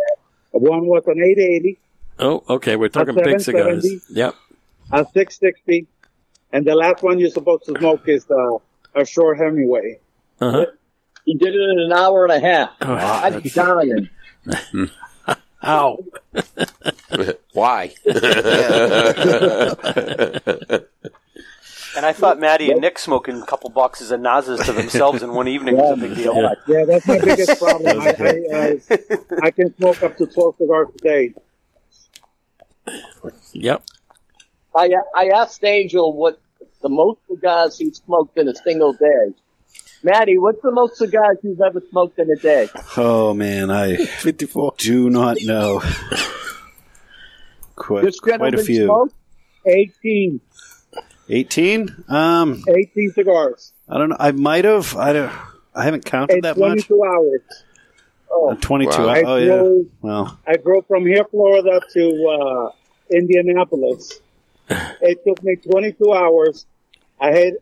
Speaker 12: One was an 880,
Speaker 1: Oh, okay. We're talking
Speaker 12: At
Speaker 1: big
Speaker 12: 770.
Speaker 1: cigars. Yep.
Speaker 12: a 660, and the last one you're supposed to smoke is uh, a short Hemingway.
Speaker 1: Uh-huh.
Speaker 11: He did it in an hour and a half. I'm dying.
Speaker 1: Ow.
Speaker 2: Why?
Speaker 3: And I thought Maddie and Nick smoking a couple boxes of Nazas to themselves in one evening was a big deal.
Speaker 12: Yeah, that's my biggest problem. I, I, I, I can smoke up to 12 cigars a day.
Speaker 1: Yep.
Speaker 11: I I asked Angel what the most cigars he smoked in a single day. Maddie, what's the most cigars you've ever smoked in a day?
Speaker 9: Oh, man. I 54. do not know. quite, quite a
Speaker 12: gentleman
Speaker 9: few.
Speaker 12: smoked 18,
Speaker 9: 18? Um,
Speaker 12: 18 cigars
Speaker 9: I don't know. I might have. I, don't, I haven't counted
Speaker 12: in
Speaker 9: that
Speaker 12: 22
Speaker 9: much.
Speaker 12: hours.
Speaker 9: Uh, 22.
Speaker 12: Wow.
Speaker 9: I- Oh, yeah.
Speaker 12: I-
Speaker 9: Well,
Speaker 12: I drove from here, Florida, to uh, Indianapolis. It took me 22 hours. I had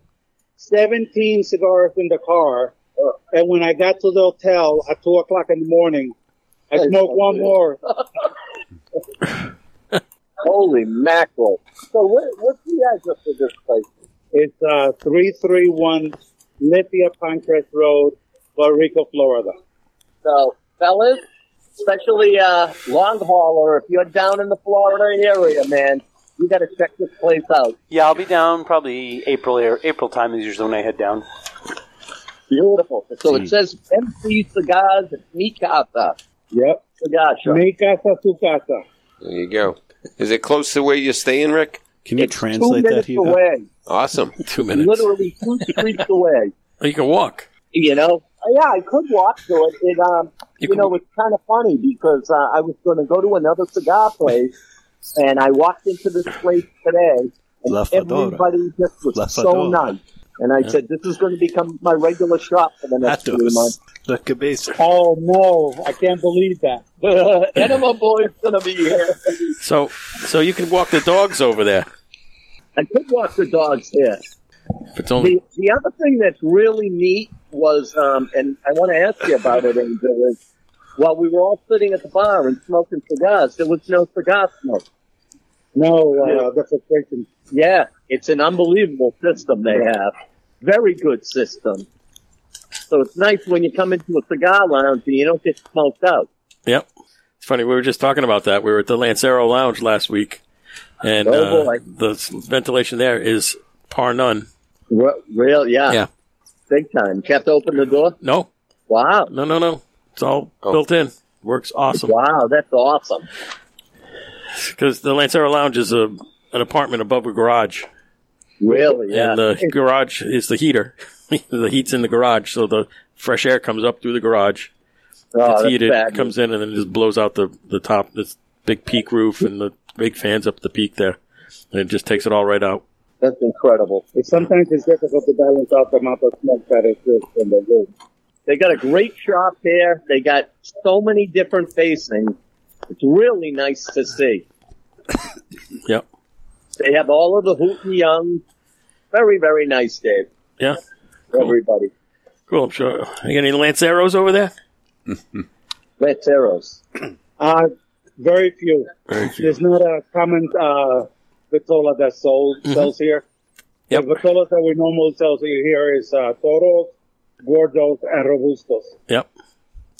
Speaker 12: 17 cigars in the car, and when I got to the hotel at 2 o'clock in the morning, I smoked one more.
Speaker 11: Holy mackerel! So what, what's the address of this place?
Speaker 12: It's uh, 331 Lithia Pancras Road, Barico, Florida.
Speaker 11: So, fellas, especially uh, long hauler, if you're down in the Florida area, man, you got to check this place out.
Speaker 3: Yeah, I'll be down probably April or April time is usually when I head down.
Speaker 11: Beautiful. So it says MC Cigars and Mikasa.
Speaker 12: Yep.
Speaker 11: Cigar shop.
Speaker 12: Mi casa, su casa.
Speaker 2: There you go. Is it close to where you're staying, Rick?
Speaker 9: Can you
Speaker 11: Two minutes away.
Speaker 2: Awesome.
Speaker 1: Two
Speaker 11: Literally two streets away.
Speaker 1: You can walk.
Speaker 11: You know? Yeah, I could walk to it. It, um, you, know, it's kind of funny because uh, I was going to go to another cigar place, and I walked into this place today, and
Speaker 9: La Fedora.
Speaker 11: everybody just was
Speaker 9: La
Speaker 11: so
Speaker 9: Fedora.
Speaker 11: nice. And I
Speaker 9: Yeah.
Speaker 11: said, this is going to become my regular shop for the next few months.
Speaker 9: Atos. La cabeza.
Speaker 12: Oh, no. I can't believe that.
Speaker 11: Enema Boy's going to be here.
Speaker 1: So, so you can walk the dogs over there.
Speaker 11: I could walk the dogs here.
Speaker 1: If it's only
Speaker 11: The, the other thing that's really neat was, um, and I want to ask you about it, Angel, is while we were all sitting at the bar and smoking cigars, there was no cigar smoke.
Speaker 12: No, uh, the filtration.
Speaker 11: Yeah, it's an unbelievable system they have. Very good system. So it's nice when you come into a cigar lounge and you don't get smoked out.
Speaker 1: Yep. It's funny. We were just talking about that. We were at the Lancero Lounge last week, and
Speaker 11: Oh,
Speaker 1: uh,
Speaker 11: boy.
Speaker 1: the s- ventilation there is par none.
Speaker 11: Re- real, yeah.
Speaker 1: Yeah.
Speaker 11: Big time. Kept open the door?
Speaker 1: No,
Speaker 11: Wow.
Speaker 1: no, no, no. It's all
Speaker 11: Oh.
Speaker 1: built in. Works awesome.
Speaker 11: Wow, that's awesome.
Speaker 1: Because the Lancero Lounge is a an apartment above a garage,
Speaker 11: Really, yeah.
Speaker 1: and the garage is the heater. the heat's in the garage, so the fresh air comes up through the garage.
Speaker 11: Oh,
Speaker 1: it's
Speaker 11: that's
Speaker 1: heated,
Speaker 11: fabulous.
Speaker 1: comes in, and then it just blows out the the top. This big peak roof and the big fans up the peak there, and it just takes it all right out.
Speaker 11: That's incredible.
Speaker 12: It's sometimes it's difficult to balance out the amount of smoke that exists in the room.
Speaker 11: They got a great shop there. They got so many different facings. It's really nice to see.
Speaker 1: Yep.
Speaker 11: They have all of the Hoot and Young. Very, very nice, Dave.
Speaker 1: Yeah.
Speaker 11: for Everybody.
Speaker 1: Cool, I'm sure. You got any Lanceros over there?
Speaker 11: Lanceros.
Speaker 12: Uh, very few.
Speaker 1: Very
Speaker 12: There's not a common uh, Vitola that sold, sells here.
Speaker 1: Yep.
Speaker 12: The Vitolas that we normally sell here is uh, Toros, Gordos, and Robustos.
Speaker 1: Yep.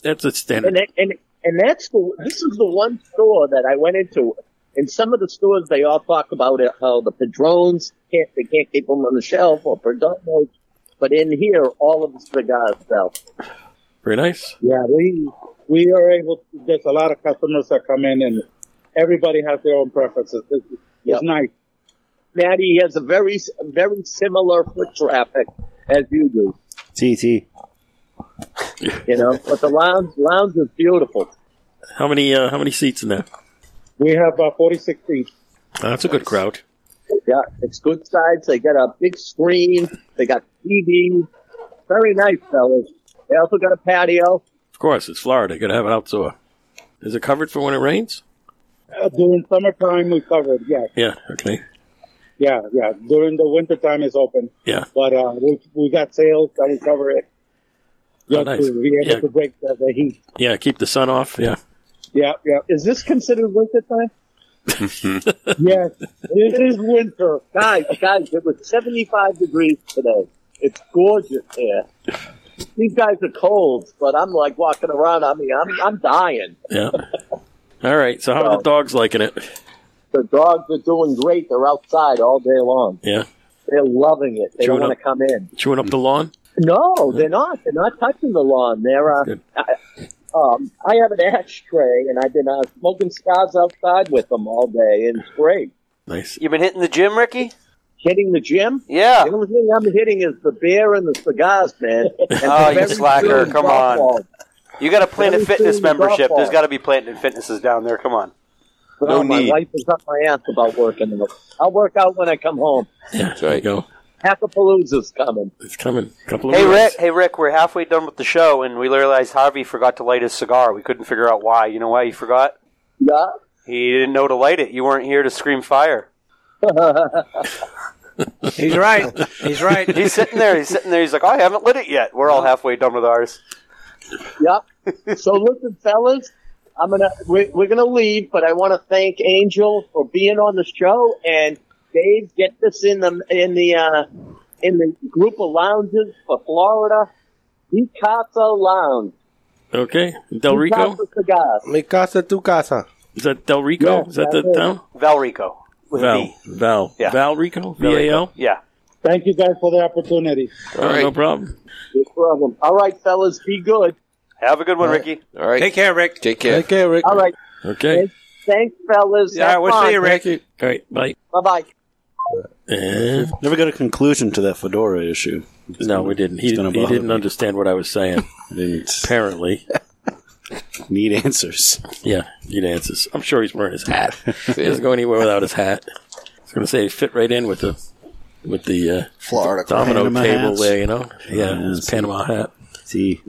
Speaker 1: That's a standard.
Speaker 11: And, that, and, and that's the, this is the one store that I went into. In some of the stores, they all talk about it, how the Padrones can't, they can't keep them on the shelf or Padrones. But in here, all of the cigars sell.
Speaker 1: Very nice.
Speaker 12: Yeah, we we are able. there's a lot of customers that come in and everybody has their own preferences. It's, it's nice.
Speaker 11: Maddie has a very, very similar foot traffic as you do.
Speaker 9: TT.
Speaker 11: You know, but the lounge, lounge is beautiful.
Speaker 1: How many uh, how many seats in there?
Speaker 12: We have about 46 seats.
Speaker 1: Uh, that's a good crowd.
Speaker 11: Yeah, it's good size. They got a big screen. They got TV. Very nice, fellas. They also got a patio.
Speaker 1: Of course, it's Florida. Got to have an outdoor. Is it covered for when it rains?
Speaker 12: Uh, during summertime, we covered. Yeah,
Speaker 1: Yeah. Okay. Oh,
Speaker 12: yeah, yeah. During the wintertime, it's open.
Speaker 1: Yeah.
Speaker 12: But uh, we, we got sales that we cover it.
Speaker 1: Oh,
Speaker 12: Just
Speaker 1: nice.
Speaker 12: to be able
Speaker 1: Yeah.
Speaker 12: to break the, the heat.
Speaker 1: Yeah. Keep the sun off. Yeah.
Speaker 12: Yeah, yeah. Is this considered wintertime?
Speaker 2: Mm-hmm.
Speaker 12: yes, it is winter.
Speaker 11: Guys, guys, it was 75 degrees today. It's gorgeous here. These guys are cold, but I'm like walking around. I mean, I'm, I'm dying.
Speaker 1: Yeah. All right. So how are the dogs liking it?
Speaker 11: The dogs are doing great. They're outside all day long.
Speaker 1: Yeah.
Speaker 11: They're loving it. They
Speaker 1: Chewing
Speaker 11: don't want
Speaker 1: up-
Speaker 11: to come in.
Speaker 1: Chewing up the lawn.
Speaker 11: No, they're not. They're not touching the lawn. They're. Uh, I, um, I have an ashtray, and I've been uh, smoking cigars outside with them all day, and it's great.
Speaker 1: Nice.
Speaker 3: You been hitting the gym, Ricky?
Speaker 11: Hitting the gym?
Speaker 3: Yeah.
Speaker 11: The only thing I'm hitting is the beer and the cigars, man. And
Speaker 3: Oh,
Speaker 11: the
Speaker 3: you
Speaker 11: very
Speaker 3: slacker!
Speaker 11: soon
Speaker 3: Come
Speaker 11: golf ball.
Speaker 3: on. You got a Planet
Speaker 11: Very soon
Speaker 3: Fitness
Speaker 11: the golf
Speaker 3: membership.
Speaker 11: ball.
Speaker 3: There's got to be Planet Fitnesses down there. Come on.
Speaker 11: Well, my wife is up my ass about working out. I'll work out when I come home.
Speaker 1: Yeah. There you go.
Speaker 11: Hackapalooza's coming.
Speaker 1: It's coming. Couple of
Speaker 3: Hey
Speaker 1: weeks.
Speaker 3: Rick, hey Rick, we're halfway done with the show and we realized Harvey forgot to light his cigar. We couldn't figure out why. You know why he forgot?
Speaker 11: Yeah.
Speaker 3: He didn't know to light it. You weren't here to scream fire.
Speaker 4: He's right. He's right. Uh-huh.
Speaker 3: he's sitting there. He's sitting there. He's like, I haven't lit it yet. We're all halfway done with ours.
Speaker 11: Yep. so listen, fellas, I'm gonna we're, we're gonna leave, but I want to thank Angel for being on the show and Dave. Get this in the in the uh, in the group of lounges for Florida. Picasso Lounge.
Speaker 1: Okay. Del Rico.
Speaker 11: Picasso Cigars.
Speaker 10: Mi casa, tu casa.
Speaker 1: Is that Del Rico? is that the town?
Speaker 3: Valrico. With
Speaker 1: Val.
Speaker 3: V.
Speaker 1: Val.
Speaker 3: Yeah.
Speaker 1: Val Rico. V A L.
Speaker 3: Yeah.
Speaker 12: Thank you guys for the opportunity.
Speaker 1: Oh, No problem.
Speaker 11: No problem. All right, fellas, be good.
Speaker 3: Have a good one, Ricky.
Speaker 2: All right.
Speaker 4: Take care, Rick.
Speaker 2: Take care.
Speaker 10: Take care, Rick.
Speaker 11: All right.
Speaker 1: Okay.
Speaker 11: Thanks, fellas.
Speaker 4: Yeah, we'll see you, Rick.
Speaker 1: All right. Bye.
Speaker 11: Bye bye.
Speaker 9: Never got a conclusion to that fedora issue.
Speaker 1: Eh? No, we didn't. He,
Speaker 9: It's gonna
Speaker 1: he
Speaker 9: bother
Speaker 1: didn't
Speaker 9: me.
Speaker 1: understand what I was saying. Apparently.
Speaker 9: Need answers.
Speaker 1: Yeah, need answers. I'm sure he's wearing his hat. he doesn't go anywhere without his hat. I was going to say he fit right in with the with the uh,
Speaker 6: Florida
Speaker 1: domino
Speaker 9: Panama
Speaker 1: table
Speaker 9: hats.
Speaker 1: there. You know, yeah,
Speaker 9: Yeah,
Speaker 1: his
Speaker 9: see.
Speaker 1: Panama hat. Mm-hmm.
Speaker 9: See,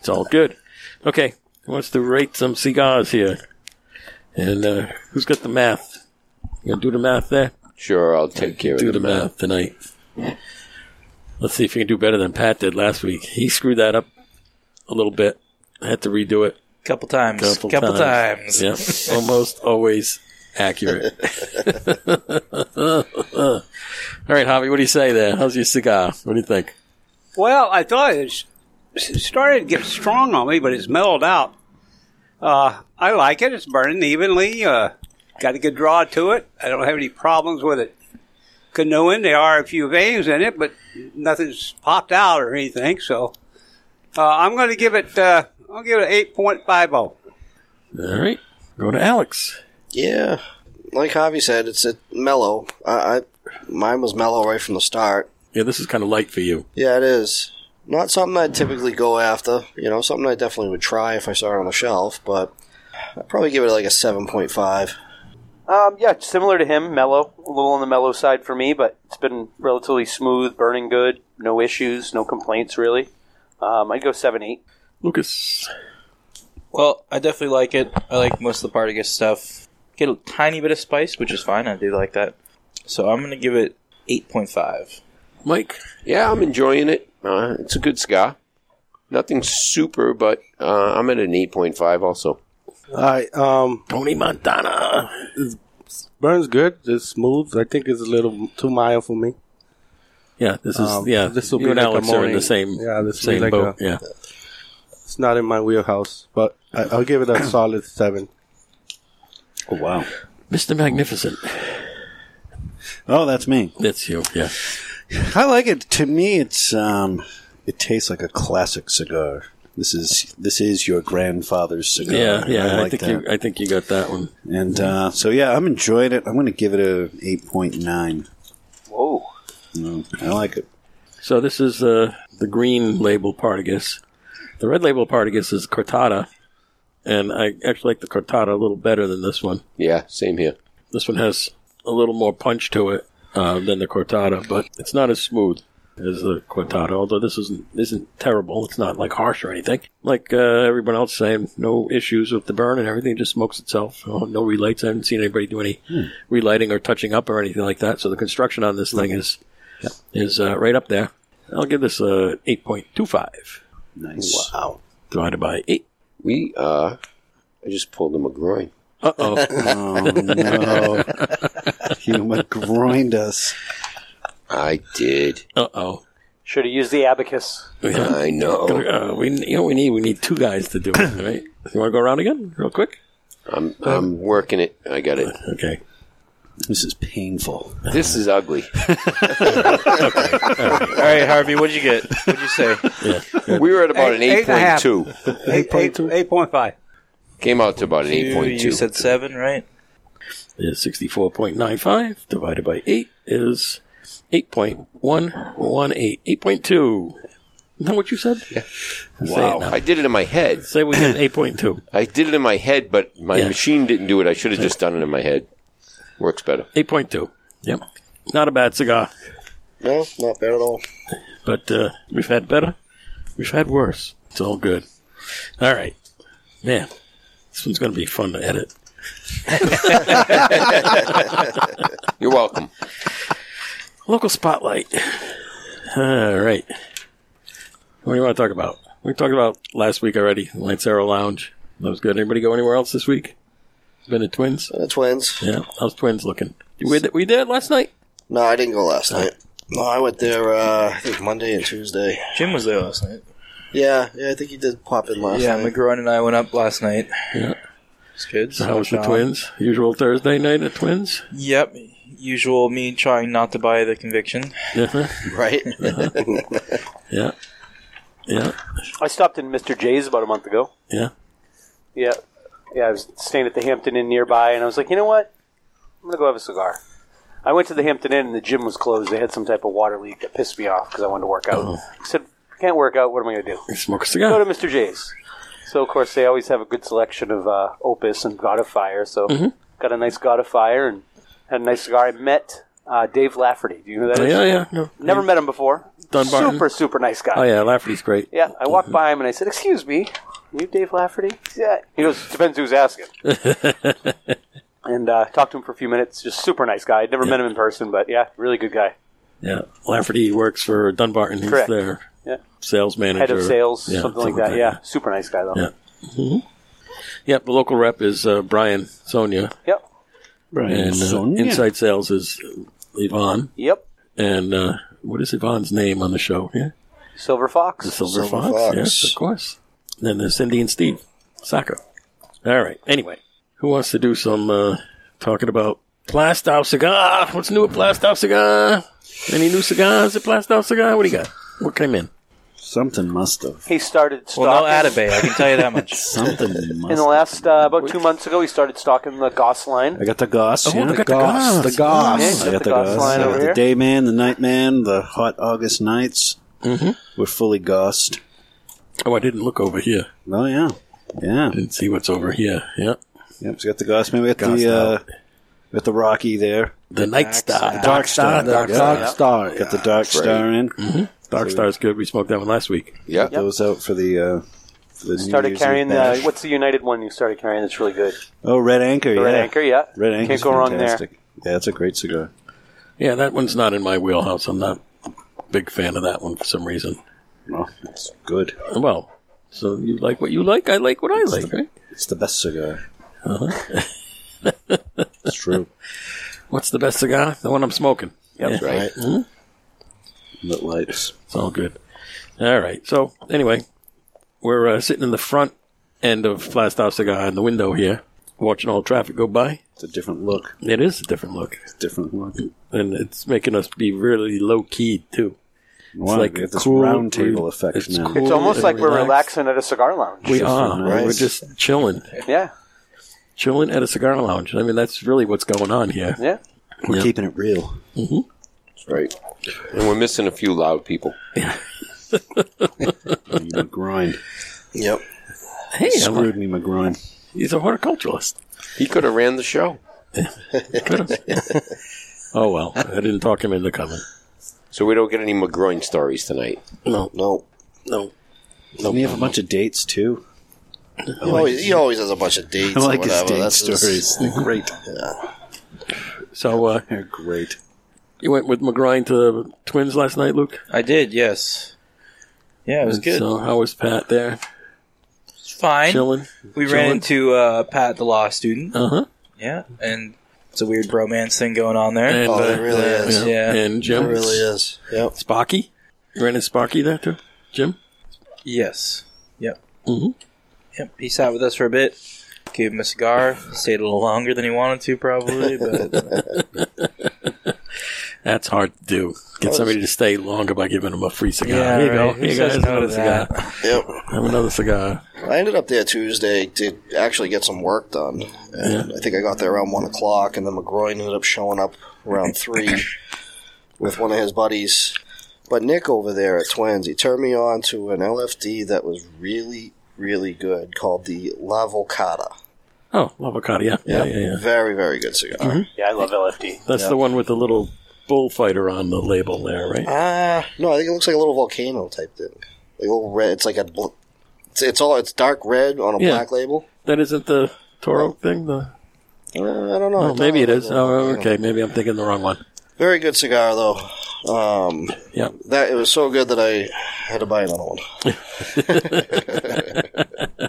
Speaker 1: It's all good. Okay, who wants to rate some cigars here? And uh, who's got the math? You gonna do the math there?
Speaker 2: Sure, I'll take care
Speaker 1: do
Speaker 2: of
Speaker 1: the math, tonight. Let's see if you can do better than Pat did last week. He screwed that up a little bit. I had to redo it.
Speaker 8: Couple times.
Speaker 1: Couple,
Speaker 8: Couple,
Speaker 1: times.
Speaker 8: times.
Speaker 1: Yeah, almost always accurate. All right, Javi, what do you say there? How's your cigar? What do you think?
Speaker 4: Well, I thought it s- started to get strong on me, but it's mellowed out. Uh, I like it. It's burning evenly. Uh, got a good draw to it. I don't have any problems with it. Canoeing, there are a few veins in it, but nothing's popped out or anything. So uh, I'm going to give it. Uh, I'll give it eight point five oh. zero.
Speaker 1: All right, go to Alex.
Speaker 6: Yeah, like Javi said, it's a mellow. I, I mine was mellow right from the start.
Speaker 1: Yeah, this is kind of light for you.
Speaker 6: Yeah, it is. Not something I'd typically go after. You know, something I definitely would try if I saw it on the shelf, but I'd probably give it like a 7.5.
Speaker 3: Um, yeah, similar to him, mellow, a little on the mellow side for me, but it's been relatively smooth, burning good, no issues, no complaints really. Um, I'd go seven eight.
Speaker 1: Lucas.
Speaker 8: Well, I definitely like it. I like most of the Partagas stuff. Get a tiny bit of spice, which is fine. I do like that. So I'm going to give it 8.5.
Speaker 1: Mike.
Speaker 2: Yeah, I'm enjoying it. Uh, it's a good cigar. Nothing super, but uh, I'm at an 8.5 also.
Speaker 10: All right. Um,
Speaker 1: Tony Montana.
Speaker 10: burns good. It's smooth. I think it's a little too mild for me.
Speaker 1: Yeah, this is
Speaker 10: Um,
Speaker 1: yeah.
Speaker 10: this will
Speaker 1: you
Speaker 10: be
Speaker 1: and
Speaker 10: like a
Speaker 1: Alex are in
Speaker 10: morning-
Speaker 1: the same
Speaker 10: yeah, this will be
Speaker 1: same
Speaker 10: like
Speaker 1: boat.
Speaker 10: a-
Speaker 1: yeah,
Speaker 10: It's not in my wheelhouse, but I, I'll give it a solid seven.
Speaker 9: Oh wow.
Speaker 1: Mr. Magnificent.
Speaker 9: Oh, that's me.
Speaker 1: That's you. Yeah.
Speaker 9: I like it. To me, it's um, it tastes like a classic cigar. This is this is your grandfather's cigar.
Speaker 1: Yeah, yeah,
Speaker 9: I
Speaker 1: I
Speaker 9: like
Speaker 1: think
Speaker 9: that.
Speaker 1: you- I think you got that one.
Speaker 9: And uh, so yeah, I'm enjoying it. I'm going to give it a 8.9.
Speaker 3: Whoa.
Speaker 9: I like it.
Speaker 1: So this is uh, the green label Partagas. The red label Partagas is Cortada, and I actually like the Cortada a little better than this one.
Speaker 2: Yeah, same here.
Speaker 1: This one has a little more punch to it uh, than the Cortada, but it's not as smooth as the Cortada. Although this isn't isn't terrible, it's not like harsh or anything. Like uh, everyone else saying, no issues with the burn and everything. It just smokes itself. No, no relights. I haven't seen anybody do any
Speaker 13: Hmm.
Speaker 1: relighting or touching up or anything like that. So the construction on this thing is is uh, right up there. I'll give this a eight point two five.
Speaker 9: Nice.
Speaker 2: Wow.
Speaker 1: Divided by eight.
Speaker 2: We uh I just pulled him a groin.
Speaker 1: Uh oh.
Speaker 9: Oh no! you McGroined us.
Speaker 2: I did.
Speaker 1: Uh oh.
Speaker 3: Should have used the abacus.
Speaker 2: I know.
Speaker 1: Uh, we you know what we need we need two guys to do it. Right? You want to go around again, real quick?
Speaker 2: I'm I'm working it. I got it.
Speaker 1: Okay.
Speaker 9: This is painful.
Speaker 2: This is ugly.
Speaker 8: All right, Harvey, what'd you get? What'd you say?
Speaker 2: We were at about an
Speaker 4: Eight- eight and a half.
Speaker 2: 8.2.
Speaker 4: Eight point two. Eight point five.
Speaker 2: Came out to about an
Speaker 8: You-
Speaker 2: 8.2.
Speaker 8: You said seven, right?
Speaker 1: Is sixty four point nine five divided by eight is eight point one one eight. Eight point two. Isn't that what you said? Yeah.
Speaker 2: Wow. I did it in my head.
Speaker 1: Say we get 8.2.
Speaker 2: I did it in my head, but my
Speaker 1: Yeah.
Speaker 2: machine didn't do it. I should have just done it in my head. Works better.
Speaker 1: Eight point two. Yep. Not a bad cigar.
Speaker 6: No, not bad at all.
Speaker 1: But uh, we've had better. We've had worse. It's all good. All right. Man, this one's going to be fun to edit.
Speaker 2: You're welcome.
Speaker 1: Local spotlight. All right. What do you want to talk about? We talked about last week already, Lancero Lounge. That was good. Anybody go anywhere else this week? Been to Twins?
Speaker 3: Uh,
Speaker 6: The twins.
Speaker 1: Yeah, how's Twins looking? You with it? We did last night?
Speaker 6: No, I didn't go last night. No, I went there. Uh, I think Monday and Tuesday.
Speaker 8: Jim was there last night.
Speaker 6: Yeah, yeah. I think you did pop in last
Speaker 8: yeah,
Speaker 6: night.
Speaker 8: McGroin and I went up last night.
Speaker 1: Yeah.
Speaker 8: It's good.
Speaker 1: So how was the
Speaker 8: Sean.
Speaker 1: Twins? Usual Thursday night at Twins?
Speaker 8: Yep. Usual me trying not to buy the conviction.
Speaker 1: Yeah.
Speaker 6: right?
Speaker 1: yeah. Yeah.
Speaker 3: I stopped in Mr. J's about a month ago.
Speaker 1: Yeah.
Speaker 3: Yeah. Yeah, I was staying at the Hampton Inn nearby, and I was like, you know what? I'm going to go have a cigar. I went to the Hampton Inn, and the gym was closed. They had some type of water leak that pissed me off because I wanted to work out. I said, I can't work out. What am I going to do?
Speaker 1: Uh-huh. Smoke a cigar.
Speaker 3: Go to Mr. J's. So, of course, they always have a good selection of uh, Opus and God of Fire. So,
Speaker 1: Mhm.
Speaker 3: got a nice God of Fire and had a nice cigar. I met uh, Dave Lafferty. Do you know who that is?
Speaker 1: Oh, Yeah, yeah, no.
Speaker 3: Never met him before.
Speaker 1: Dunbarton.
Speaker 3: Super, super nice guy.
Speaker 1: Oh, yeah, Lafferty's great.
Speaker 3: Yeah, I walked by him and I said, "Excuse me, are you Dave Lafferty?" Yeah. He goes, "Depends who's asking." and uh, talked to him for a few minutes. Just super nice guy. I'd never met him in person, but yeah, really good guy.
Speaker 1: Yeah, Lafferty works for Dunbarton. He's
Speaker 3: Correct.
Speaker 1: their
Speaker 3: Yeah.
Speaker 1: sales manager,
Speaker 3: Head of sales,
Speaker 1: Yeah,
Speaker 3: something like that. Yeah. super nice guy though.
Speaker 1: Yeah. Mhm. Yep, the local rep is uh, Brian Sonia.
Speaker 3: Yep.
Speaker 9: Brian
Speaker 1: and, uh,
Speaker 9: Sonia.
Speaker 1: Inside Sales is Yvonne.
Speaker 3: Yep.
Speaker 1: And uh, what is Yvonne's name on the show? Yeah,
Speaker 3: Silver Fox.
Speaker 1: the Silver, Fox. Yes, of course. And then there's Cindy and Steve Soccer. All right. Anyway, who wants to do some uh, talking about Plastow cigar? What's new at Plastow cigar? Any new cigars at Plastow cigar? What do you got? What came in?
Speaker 9: Something must have.
Speaker 3: He started stalking.
Speaker 8: Well, no Atabay, I can tell you that much.
Speaker 9: Something must
Speaker 3: In the last uh, about two months ago, he started stalking the Goss line.
Speaker 9: I got the goss.
Speaker 3: Oh,
Speaker 9: yeah,
Speaker 3: they
Speaker 9: the,
Speaker 3: got the
Speaker 9: goss.
Speaker 3: goss.
Speaker 9: The goss.
Speaker 3: Yeah, you
Speaker 9: I
Speaker 3: got the
Speaker 9: got the
Speaker 3: goss
Speaker 9: goss.
Speaker 3: line
Speaker 9: I
Speaker 3: over
Speaker 9: got
Speaker 3: here.
Speaker 9: the day man, the night man, the hot August nights.
Speaker 1: Mhm.
Speaker 9: We're fully gossed.
Speaker 1: Oh, I didn't look over here.
Speaker 9: Oh yeah, yeah.
Speaker 1: Didn't see what's over here. Yep.
Speaker 9: Yep. So we got the goss. Man, we got
Speaker 1: Gossed
Speaker 9: the uh, we got the Rocky there.
Speaker 1: The Night Star.
Speaker 9: The Dark Star.
Speaker 1: The Dark
Speaker 9: The
Speaker 1: Star. Mm-hmm.
Speaker 9: Dark Star. Got the Dark
Speaker 1: Right.
Speaker 9: Star in.
Speaker 1: Dark Star's good. We smoked that one last week.
Speaker 2: Yeah.
Speaker 9: Those out for the uh, for the New
Speaker 3: Started
Speaker 9: Year's
Speaker 3: carrying
Speaker 9: Eve
Speaker 3: the
Speaker 9: bash.
Speaker 3: what's the United one you started carrying? That's really good.
Speaker 9: Oh, Red Anchor.
Speaker 3: The
Speaker 9: yeah.
Speaker 3: Red Anchor, yeah.
Speaker 9: Red
Speaker 3: Can't
Speaker 9: Anchor.
Speaker 3: go wrong there.
Speaker 9: fantastic. Yeah, that's a great cigar.
Speaker 1: Yeah, that one's not in my wheelhouse. I'm not a big fan of that one for some reason.
Speaker 9: Well, it's good.
Speaker 1: Well, so you like what you like. I like what I like, right?
Speaker 9: It's the best cigar.
Speaker 1: Uh-huh.
Speaker 9: It's true.
Speaker 1: What's the best cigar? The one I'm smoking.
Speaker 9: Yep. Right.
Speaker 1: Mhm.
Speaker 9: Lit lights.
Speaker 1: It's all good. All right. So anyway, we're uh, sitting in the front end of Plastow Cigar in the window here, watching all traffic go by.
Speaker 9: It's a different look.
Speaker 1: It is a different look,
Speaker 9: It's a different look.
Speaker 1: and it's making us be really low key too.
Speaker 9: Wow,
Speaker 1: like
Speaker 9: we have this
Speaker 1: cool-
Speaker 9: round table effect
Speaker 1: it's
Speaker 9: now.
Speaker 1: cool
Speaker 3: It's almost
Speaker 1: and
Speaker 3: like we're
Speaker 1: relaxed.
Speaker 3: relaxing at a cigar lounge.
Speaker 1: We are.
Speaker 9: nice.
Speaker 1: We're just chilling,
Speaker 3: Yeah,
Speaker 1: chilling at a cigar lounge. I mean, that's really what's going on here.
Speaker 3: yeah.
Speaker 9: We're
Speaker 1: Yeah.
Speaker 9: keeping it real.
Speaker 1: Mhm.
Speaker 2: That's right. And we're missing a few loud people.
Speaker 9: You McGrind.
Speaker 6: Yep.
Speaker 1: Hey, I'm a-
Speaker 9: Screwed me, McGrind.
Speaker 1: he's a horticulturalist.
Speaker 2: He could have ran the show.
Speaker 1: Oh well, I didn't talk him into coming.
Speaker 2: So we don't get any McGroin stories tonight.
Speaker 6: No, no, no.
Speaker 9: Doesn't he have a bunch of dates too?
Speaker 6: He always, he always has a bunch of dates.
Speaker 9: I like
Speaker 6: or
Speaker 9: his
Speaker 6: whatever.
Speaker 9: date
Speaker 6: That's his-
Speaker 9: stories. They're great.
Speaker 1: So uh,
Speaker 9: They're great.
Speaker 1: you went with McGrind to the Twins last night, Luke.
Speaker 8: I did, yes. Yeah, it was good.
Speaker 1: So how was Pat there?
Speaker 8: It's fine.
Speaker 1: Chilling.
Speaker 8: we
Speaker 1: chilling?
Speaker 8: ran into uh, Pat, the law student.
Speaker 1: Uh huh.
Speaker 8: Yeah, and it's a weird bromance thing going on there.
Speaker 1: And
Speaker 6: Oh, it really
Speaker 1: uh,
Speaker 6: is.
Speaker 1: yeah,
Speaker 8: Yeah.
Speaker 1: And
Speaker 6: It
Speaker 1: Jim
Speaker 6: really is. Yep.
Speaker 1: Spocky. You ran into Spocky there too. Jim.
Speaker 8: yes. Yep.
Speaker 1: Mhm.
Speaker 8: Yep. He sat with us for a bit. Gave him a cigar. Stayed a little longer than he wanted to, probably. But uh,
Speaker 1: That's hard to do. Get somebody to stay longer by giving them a free cigar.
Speaker 8: Yeah,
Speaker 1: Here you go.
Speaker 8: right. Who
Speaker 1: Here you go.
Speaker 8: says
Speaker 1: Here's
Speaker 8: no
Speaker 1: another
Speaker 8: to that?
Speaker 1: cigar.
Speaker 6: Yep.
Speaker 1: Have another cigar.
Speaker 6: I ended up there Tuesday to actually get some work done. And I think I got there around one o'clock, and then McGroin ended up showing up around three with one of his buddies. But Nick over there at Twins, he turned me on to an LFD that was really, really good called the La Volcata.
Speaker 1: Oh, avocado. Yeah. Yeah. Yeah. yeah.
Speaker 6: Very, very good cigar.
Speaker 3: Yeah, I love LFD.
Speaker 1: That's the one with the little bullfighter on the label there, right?
Speaker 6: Uh, no, I think it looks like a little volcano type thing. Like a little red. It's like a. bl- It's, it's all. It's dark red on a
Speaker 1: Yeah.
Speaker 6: black label.
Speaker 1: That isn't the Toro thing. The
Speaker 6: Uh, I don't know. I
Speaker 1: oh,
Speaker 6: thought
Speaker 1: maybe it
Speaker 6: was
Speaker 1: is.
Speaker 6: a
Speaker 1: Oh,
Speaker 6: volcano.
Speaker 1: okay. Maybe I'm thinking the wrong one.
Speaker 6: Very good cigar though. Um,
Speaker 1: Yeah.
Speaker 6: that it was so good that I had to buy another one.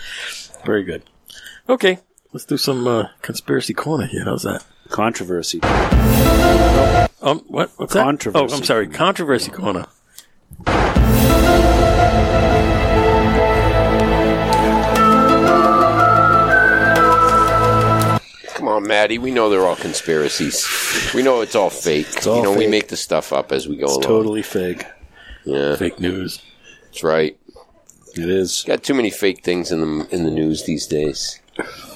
Speaker 1: Very good. Okay. Let's do some uh, conspiracy corner here. How's that?
Speaker 9: Controversy.
Speaker 1: Um, what? What's that?
Speaker 9: Controversy
Speaker 1: Oh, I'm sorry. Controversy corner.
Speaker 2: Come on, Maddie. We know they're all conspiracies. We know it's all fake.
Speaker 9: all
Speaker 2: you know, we
Speaker 9: fake.
Speaker 2: make the stuff up as we go
Speaker 9: It's
Speaker 2: along.
Speaker 9: totally fake.
Speaker 2: Yeah,
Speaker 1: Fake news.
Speaker 2: that's right.
Speaker 9: It is.
Speaker 2: Got too many fake things in the in the news these days.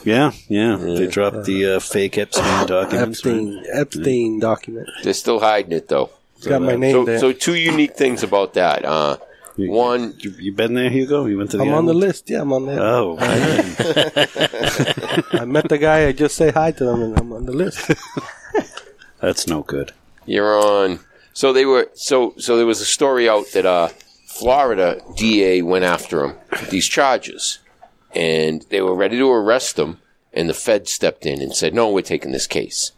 Speaker 9: Yeah, yeah. They dropped the uh, fake Epstein documents. right?
Speaker 10: Epstein, Epstein document.
Speaker 2: They're still hiding it though.
Speaker 10: It's got my name
Speaker 2: So,
Speaker 10: there.
Speaker 2: so two unique things about that. Uh, one,
Speaker 9: You, you been there, Hugo? You went to the
Speaker 10: I'm on the
Speaker 9: island?
Speaker 10: list. Yeah, I'm on there.
Speaker 9: Oh, man.
Speaker 10: I met the guy. I just say hi to him, and I'm on the list.
Speaker 9: that's no good.
Speaker 2: You're on. So they were. So so there was a story out that uh, Florida DA went after him with these charges, and they were ready to arrest him, and the Fed stepped in and said, "No, we're taking this case,"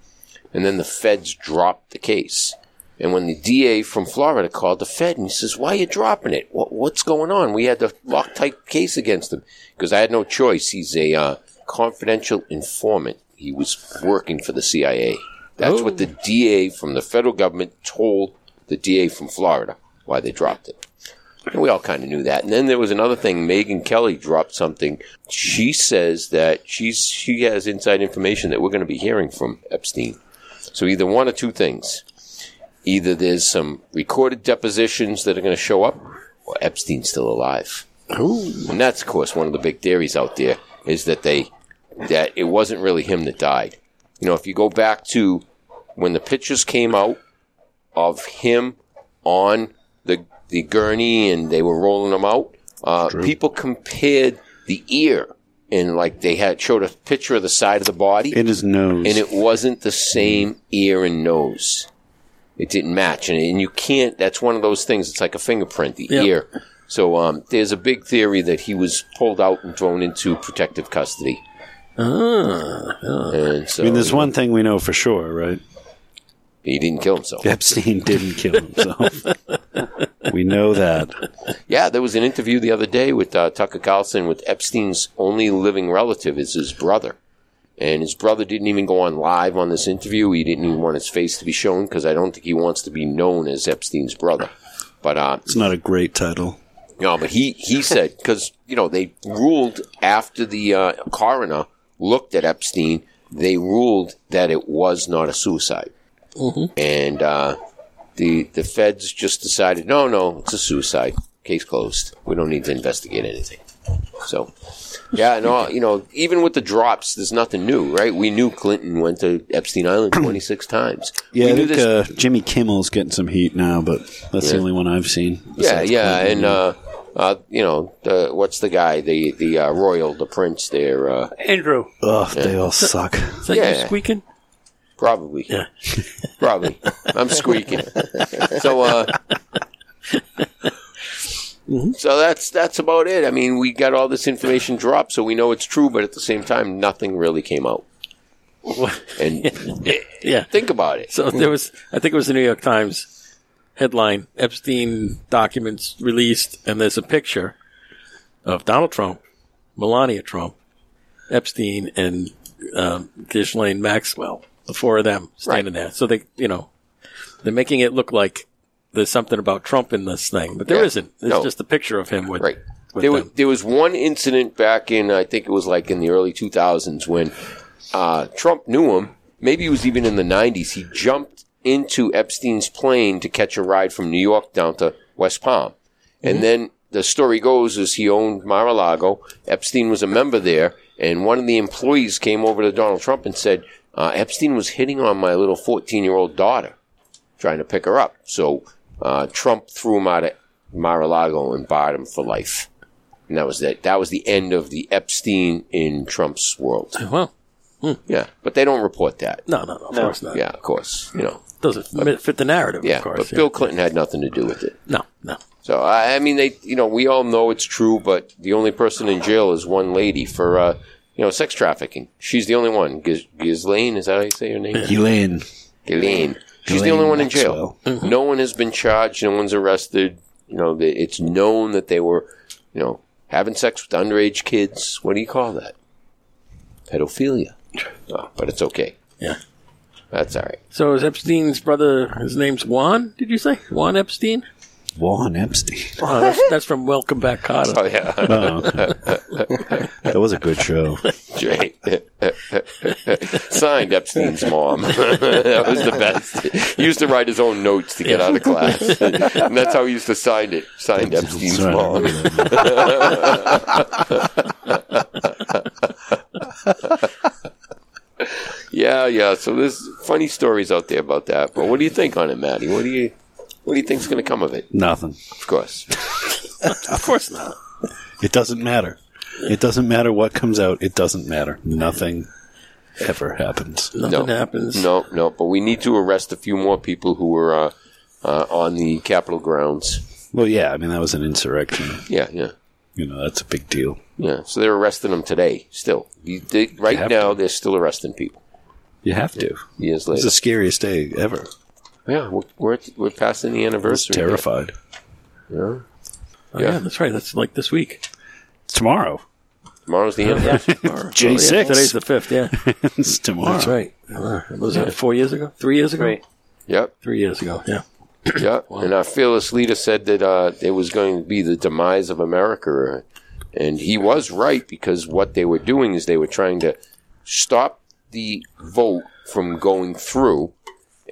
Speaker 2: and then the Feds dropped the case. And when the DA from Florida called the Fed and he says, "Why are you dropping it? What, what's going on? We had the Loctite case against him because I had no choice. He's a uh, confidential informant. He was working for the CIA. That's what the DA from the federal government told the DA from Florida why they dropped it. And we all kind of knew that. And then there was another thing. Megan Kelly dropped something. She says that she's she has inside information that we're going to be hearing from Epstein. So either one or two things either there's some recorded depositions that are going to show up, or Epstein's still alive. And that's, of course, one of the big theories out there is that they that it wasn't really him that died. You know, if you go back to when the pictures came out of him on the the gurney and they were rolling him out, uh, people compared the ear and like they had showed a picture of the side of the body
Speaker 9: In his nose.
Speaker 2: and it wasn't the same ear and nose. It didn't match, and, and you can't. That's one of those things. It's like a fingerprint, the
Speaker 1: Yeah.
Speaker 2: ear. So um, there's a big theory that he was pulled out and thrown into protective custody.
Speaker 1: Ah, ah.
Speaker 2: And so
Speaker 9: I mean, there's one thing we know for sure, right?
Speaker 2: he didn't kill himself. Yeah.
Speaker 9: Epstein didn't kill himself. we know that.
Speaker 2: there was an interview the other day with uh, Tucker Carlson with Epstein's only living relative is his brother. And his brother didn't even go on live on this interview. He didn't even want his face to be shown because I don't think he wants to be known as Epstein's brother. But uh,
Speaker 9: It's not a great title.
Speaker 2: No, but he he said because you know they ruled after the uh, coroner looked at Epstein,
Speaker 9: Mm-hmm.
Speaker 2: they ruled that it was not a suicide, and uh, the the feds just decided, no, no, it's a suicide. Case closed. We don't need to investigate anything. So, yeah, no, you know, even with the drops, there's nothing new, right? We knew Clinton went to Epstein Island 26 times.
Speaker 9: Yeah,
Speaker 2: we
Speaker 9: I
Speaker 2: knew
Speaker 9: think uh, Jimmy Kimmel's getting some heat now, but that's the
Speaker 2: Yeah.
Speaker 9: only one I've seen.
Speaker 2: Yeah,
Speaker 9: besides
Speaker 2: yeah,
Speaker 9: Clinton.
Speaker 2: and uh, uh, you know, uh, what's the guy? The the uh, royal, the prince there. Uh,
Speaker 4: Andrew.
Speaker 9: Ugh,
Speaker 2: Yeah.
Speaker 9: they all suck.
Speaker 1: Is that you squeaking?
Speaker 2: Probably. Yeah. Probably. I'm squeaking. so uh
Speaker 9: Mm-hmm.
Speaker 2: So that's that's about it. I mean, we got all this information dropped so we know it's true, but at the same time nothing really came out. And
Speaker 1: yeah,
Speaker 2: think about it.
Speaker 1: So there was, I think it was the New York Times headline: Epstein documents released, and there's a picture of Donald Trump, Melania Trump, Epstein, and um, Ghislaine Maxwell. The four of them standing there. So they, you know, they're making it look like there's something about Trump in this thing, but
Speaker 2: Yeah.
Speaker 1: there not It's
Speaker 2: No.
Speaker 1: just a picture of him with
Speaker 2: Right.
Speaker 1: with
Speaker 2: there,
Speaker 1: them.
Speaker 2: was, there was one incident back in, I think it was like in the early 2000s when uh, Trump knew him. Maybe it was even in the 90s. He jumped into Epstein's plane to catch a ride from New York down to West Palm.
Speaker 1: Mm-hmm.
Speaker 2: And then the story goes is he owned Mar-a-Lago. Epstein was a member there. And one of the employees came over to Donald Trump and said, uh, Epstein was hitting on my little 14-year-old daughter trying to pick her up. So uh, Trump threw him out of Mar-a-Lago and barred him for life. And that was that. That was the end of the Epstein in Trump's world.
Speaker 1: Wow.
Speaker 2: Yeah, but they don't report that.
Speaker 1: Oh, Hmm. No, no, no, of course not.
Speaker 2: Yeah, of course. You know,
Speaker 1: doesn't fit- fit the narrative.
Speaker 2: yeah,
Speaker 1: of course.
Speaker 2: but
Speaker 1: yeah.
Speaker 2: Bill Clinton had nothing to do with it.
Speaker 1: No, no.
Speaker 2: So I, I mean, they, you know, we all know it's true, but the only person in jail is one lady for, uh, you know, sex trafficking. She's the only one. Gis- Ghislaine, is that how you say her name?
Speaker 9: Elaine.
Speaker 2: Ghislaine. She's the
Speaker 9: Ghislaine
Speaker 2: only one in jail. No one has been charged. No one's arrested. You know, the, it's known that they were, you know, having sex with underage kids. What do you call that? Pedophilia. Oh, but it's okay.
Speaker 1: Yeah.
Speaker 2: That's all right.
Speaker 1: So is Epstein's brother? His name's Juan. Did you say Juan Epstein?
Speaker 9: Juan Epstein.
Speaker 1: Oh, that's, that's from Welcome Back, Carter.
Speaker 2: Oh, yeah.
Speaker 9: Oh, That was a good show.
Speaker 2: Great. Signed Epstein's mom. that was the best. He used to write his own notes to get out of class. and that's how he used to sign it. Signed Epstein's
Speaker 9: Sorry, I
Speaker 2: mom. yeah, yeah. So there's funny stories out there about that. But what do you think on it, Maddie? What do you what do you think's gonna come of it?
Speaker 9: Nothing.
Speaker 2: Of course.
Speaker 1: of course not.
Speaker 9: It doesn't matter. It doesn't matter what comes out. It doesn't matter. Nothing ever happens.
Speaker 1: Nothing happens.
Speaker 2: No, no, but we need to arrest a few more people who were uh, uh, on the Capitol grounds.
Speaker 9: Well, yeah. I mean, that was an insurrection.
Speaker 2: Yeah, yeah,
Speaker 9: You know, that's a big deal.
Speaker 2: yeah. So they're arresting them today. Still, You- they- right
Speaker 9: have
Speaker 2: now they're still arresting people.
Speaker 9: You have to.
Speaker 2: Years
Speaker 9: It's
Speaker 2: later,
Speaker 9: the scariest day ever.
Speaker 2: yeah, we're we're, we're passing the
Speaker 9: I was
Speaker 2: anniversary. date.
Speaker 9: terrified.
Speaker 2: Yeah.
Speaker 1: Oh,
Speaker 2: Yeah.
Speaker 1: yeah. that's right. That's like this week.
Speaker 9: It's tomorrow.
Speaker 2: Tomorrow's the anniversary.
Speaker 1: Tomorrow.
Speaker 9: J
Speaker 1: Oh, yeah,
Speaker 9: six.
Speaker 1: Today's the fifth. Yeah,
Speaker 9: it's tomorrow.
Speaker 1: that's right. Uh, what was that four years ago? Three years ago?
Speaker 3: Three.
Speaker 2: yep,
Speaker 1: Three years ago. Yeah.
Speaker 2: yep. And our fearless leader said that uh, it was going to be the demise of America, and he was right because what they were doing is they were trying to stop the vote from going through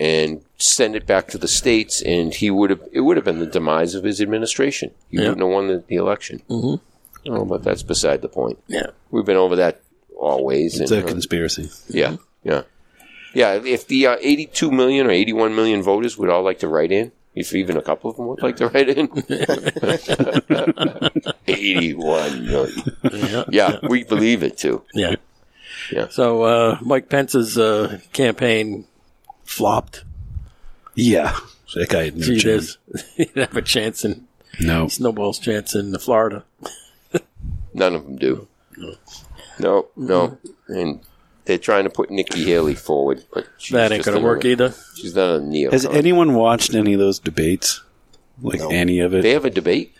Speaker 2: and send it back to the states, and he would have it would have been the demise of his administration. He
Speaker 1: Yeah.
Speaker 2: wouldn't have won the, the election.
Speaker 1: Mhm.
Speaker 2: Oh, but that's beside the point.
Speaker 1: Yeah.
Speaker 2: We've been over that always.
Speaker 9: It's a
Speaker 2: and, uh,
Speaker 9: conspiracy.
Speaker 2: yeah, yeah, yeah. If the uh, 82 million or 81 million voters would all like to write in, if even a couple of them would like to write in, 81 million.
Speaker 1: Yeah.
Speaker 2: Yeah, we believe it too.
Speaker 1: Yeah.
Speaker 2: Yeah.
Speaker 1: So uh, Mike Pence's uh, campaign flopped.
Speaker 9: Yeah. That guy had no
Speaker 1: Gee,
Speaker 9: chance.
Speaker 1: there's he didn't have a chance in
Speaker 9: No.
Speaker 1: Snowball's chance in Florida.
Speaker 2: None of them do. No, no, and they're trying to put Nikki Haley forward, but she's
Speaker 1: that ain't
Speaker 2: just
Speaker 1: gonna work
Speaker 2: another-
Speaker 1: either.
Speaker 2: She's not a neo.
Speaker 9: Has anyone watched any of those debates? Like any of
Speaker 2: They
Speaker 9: it?
Speaker 2: have a debate.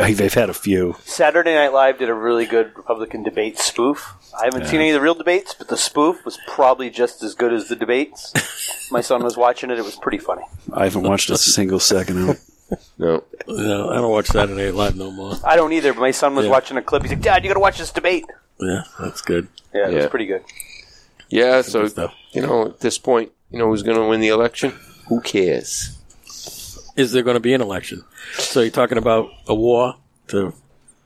Speaker 9: I, they've had a few.
Speaker 3: Saturday Night Live did a really good Republican debate spoof. I haven't seen any of the real debates, but the spoof was probably just as good as the debates. My son was watching it; it was pretty funny.
Speaker 9: I haven't watched a single second of it.
Speaker 2: No,
Speaker 1: No, I don't watch Saturday Night Live no more.
Speaker 3: I don't either, but my son was
Speaker 1: Yeah.
Speaker 3: watching a clip. He's like, "Dad, you got to watch this debate."
Speaker 1: Yeah, that's good.
Speaker 3: Yeah, it was
Speaker 2: Yeah.
Speaker 3: pretty good.
Speaker 2: yeah. So
Speaker 1: stuff.
Speaker 2: you know, at this point, you know who's going to win the election? Who cares?
Speaker 1: is there going to be an election? So you're talking about a war to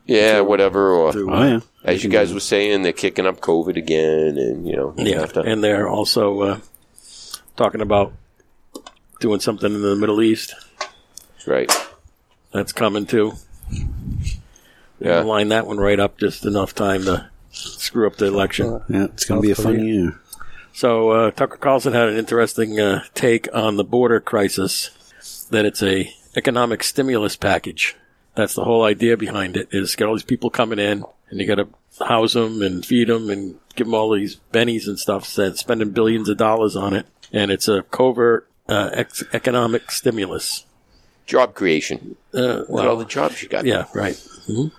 Speaker 2: Yeah, whatever. Or
Speaker 1: Oh, yeah.
Speaker 2: as you guys were saying, they're kicking up COVID again, and you know, you
Speaker 1: Yeah,
Speaker 2: have to-
Speaker 1: and they're also uh, talking about doing something in the Middle East.
Speaker 2: Right.
Speaker 1: That's coming too. Yeah. Line that one right up just enough time to screw up the election.
Speaker 9: Yeah, it's going to be a fun year.
Speaker 1: So uh, Tucker Carlson had an interesting uh, take on the border crisis. That it's a economic stimulus package. That's the whole idea behind it. Is get all these people coming in, and you got to house them and feed them and give them all these bennies and stuff. Said spending billions of dollars on it, and it's a covert uh, ex- economic stimulus.
Speaker 2: job creation.
Speaker 1: Uh,
Speaker 2: Look at all the jobs you got.
Speaker 1: Yeah, right. Mhm.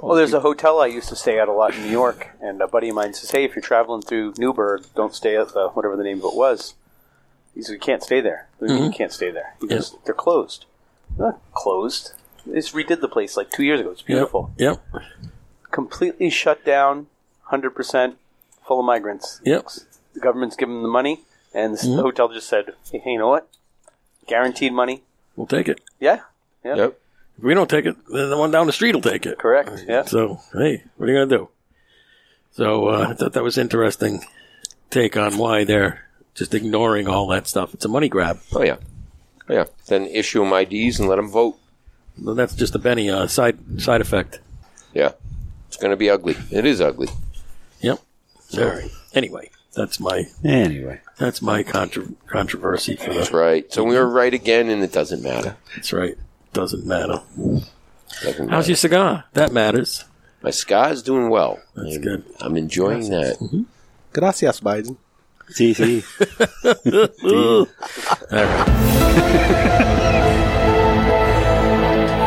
Speaker 3: Well, there's a hotel I used to stay at a lot in New York, and a buddy of mine says, "Hey, if you're traveling through Newburgh, don't stay at the whatever the name of it was." He says, "You can't stay there. What do You mean you
Speaker 1: Mhm.
Speaker 3: can't stay there. He
Speaker 1: Yeah.
Speaker 3: goes, They're closed. They're Not closed. They just redid the place like two years ago. It's beautiful.
Speaker 1: Yep.
Speaker 3: Completely shut down, hundred percent, full of migrants.
Speaker 1: Yep.
Speaker 3: The government's giving them the money, and the s-
Speaker 1: Mhm.
Speaker 3: hotel just said, "Hey, you know what? Guaranteed money.
Speaker 1: We'll take it.
Speaker 3: Yeah, yeah,
Speaker 1: If we don't take it, then the one down the street will take it. Uh,
Speaker 3: correct. Yeah."
Speaker 1: So, hey, what are you going to do? So, uh, I thought that was interesting take on why they're just ignoring all that stuff. It's a money grab.
Speaker 2: Oh yeah, yeah. Then issue them IDs and let them vote.
Speaker 1: Well, that's just a Benny uh, side side effect.
Speaker 2: Yeah, it's going to be ugly. It is ugly.
Speaker 1: Yep. All right. Anyway, that's my
Speaker 9: anyway.
Speaker 1: That's my contro- controversy for
Speaker 2: That's
Speaker 1: the
Speaker 2: right. So we were right again, and it doesn't matter.
Speaker 1: That's right. Doesn't matter.
Speaker 2: Doesn't
Speaker 1: How's your cigar? That matters.
Speaker 2: My scar's doing well.
Speaker 1: That's good.
Speaker 2: I'm enjoying that.
Speaker 10: Gracias, Biden.
Speaker 9: See, see.
Speaker 1: All right.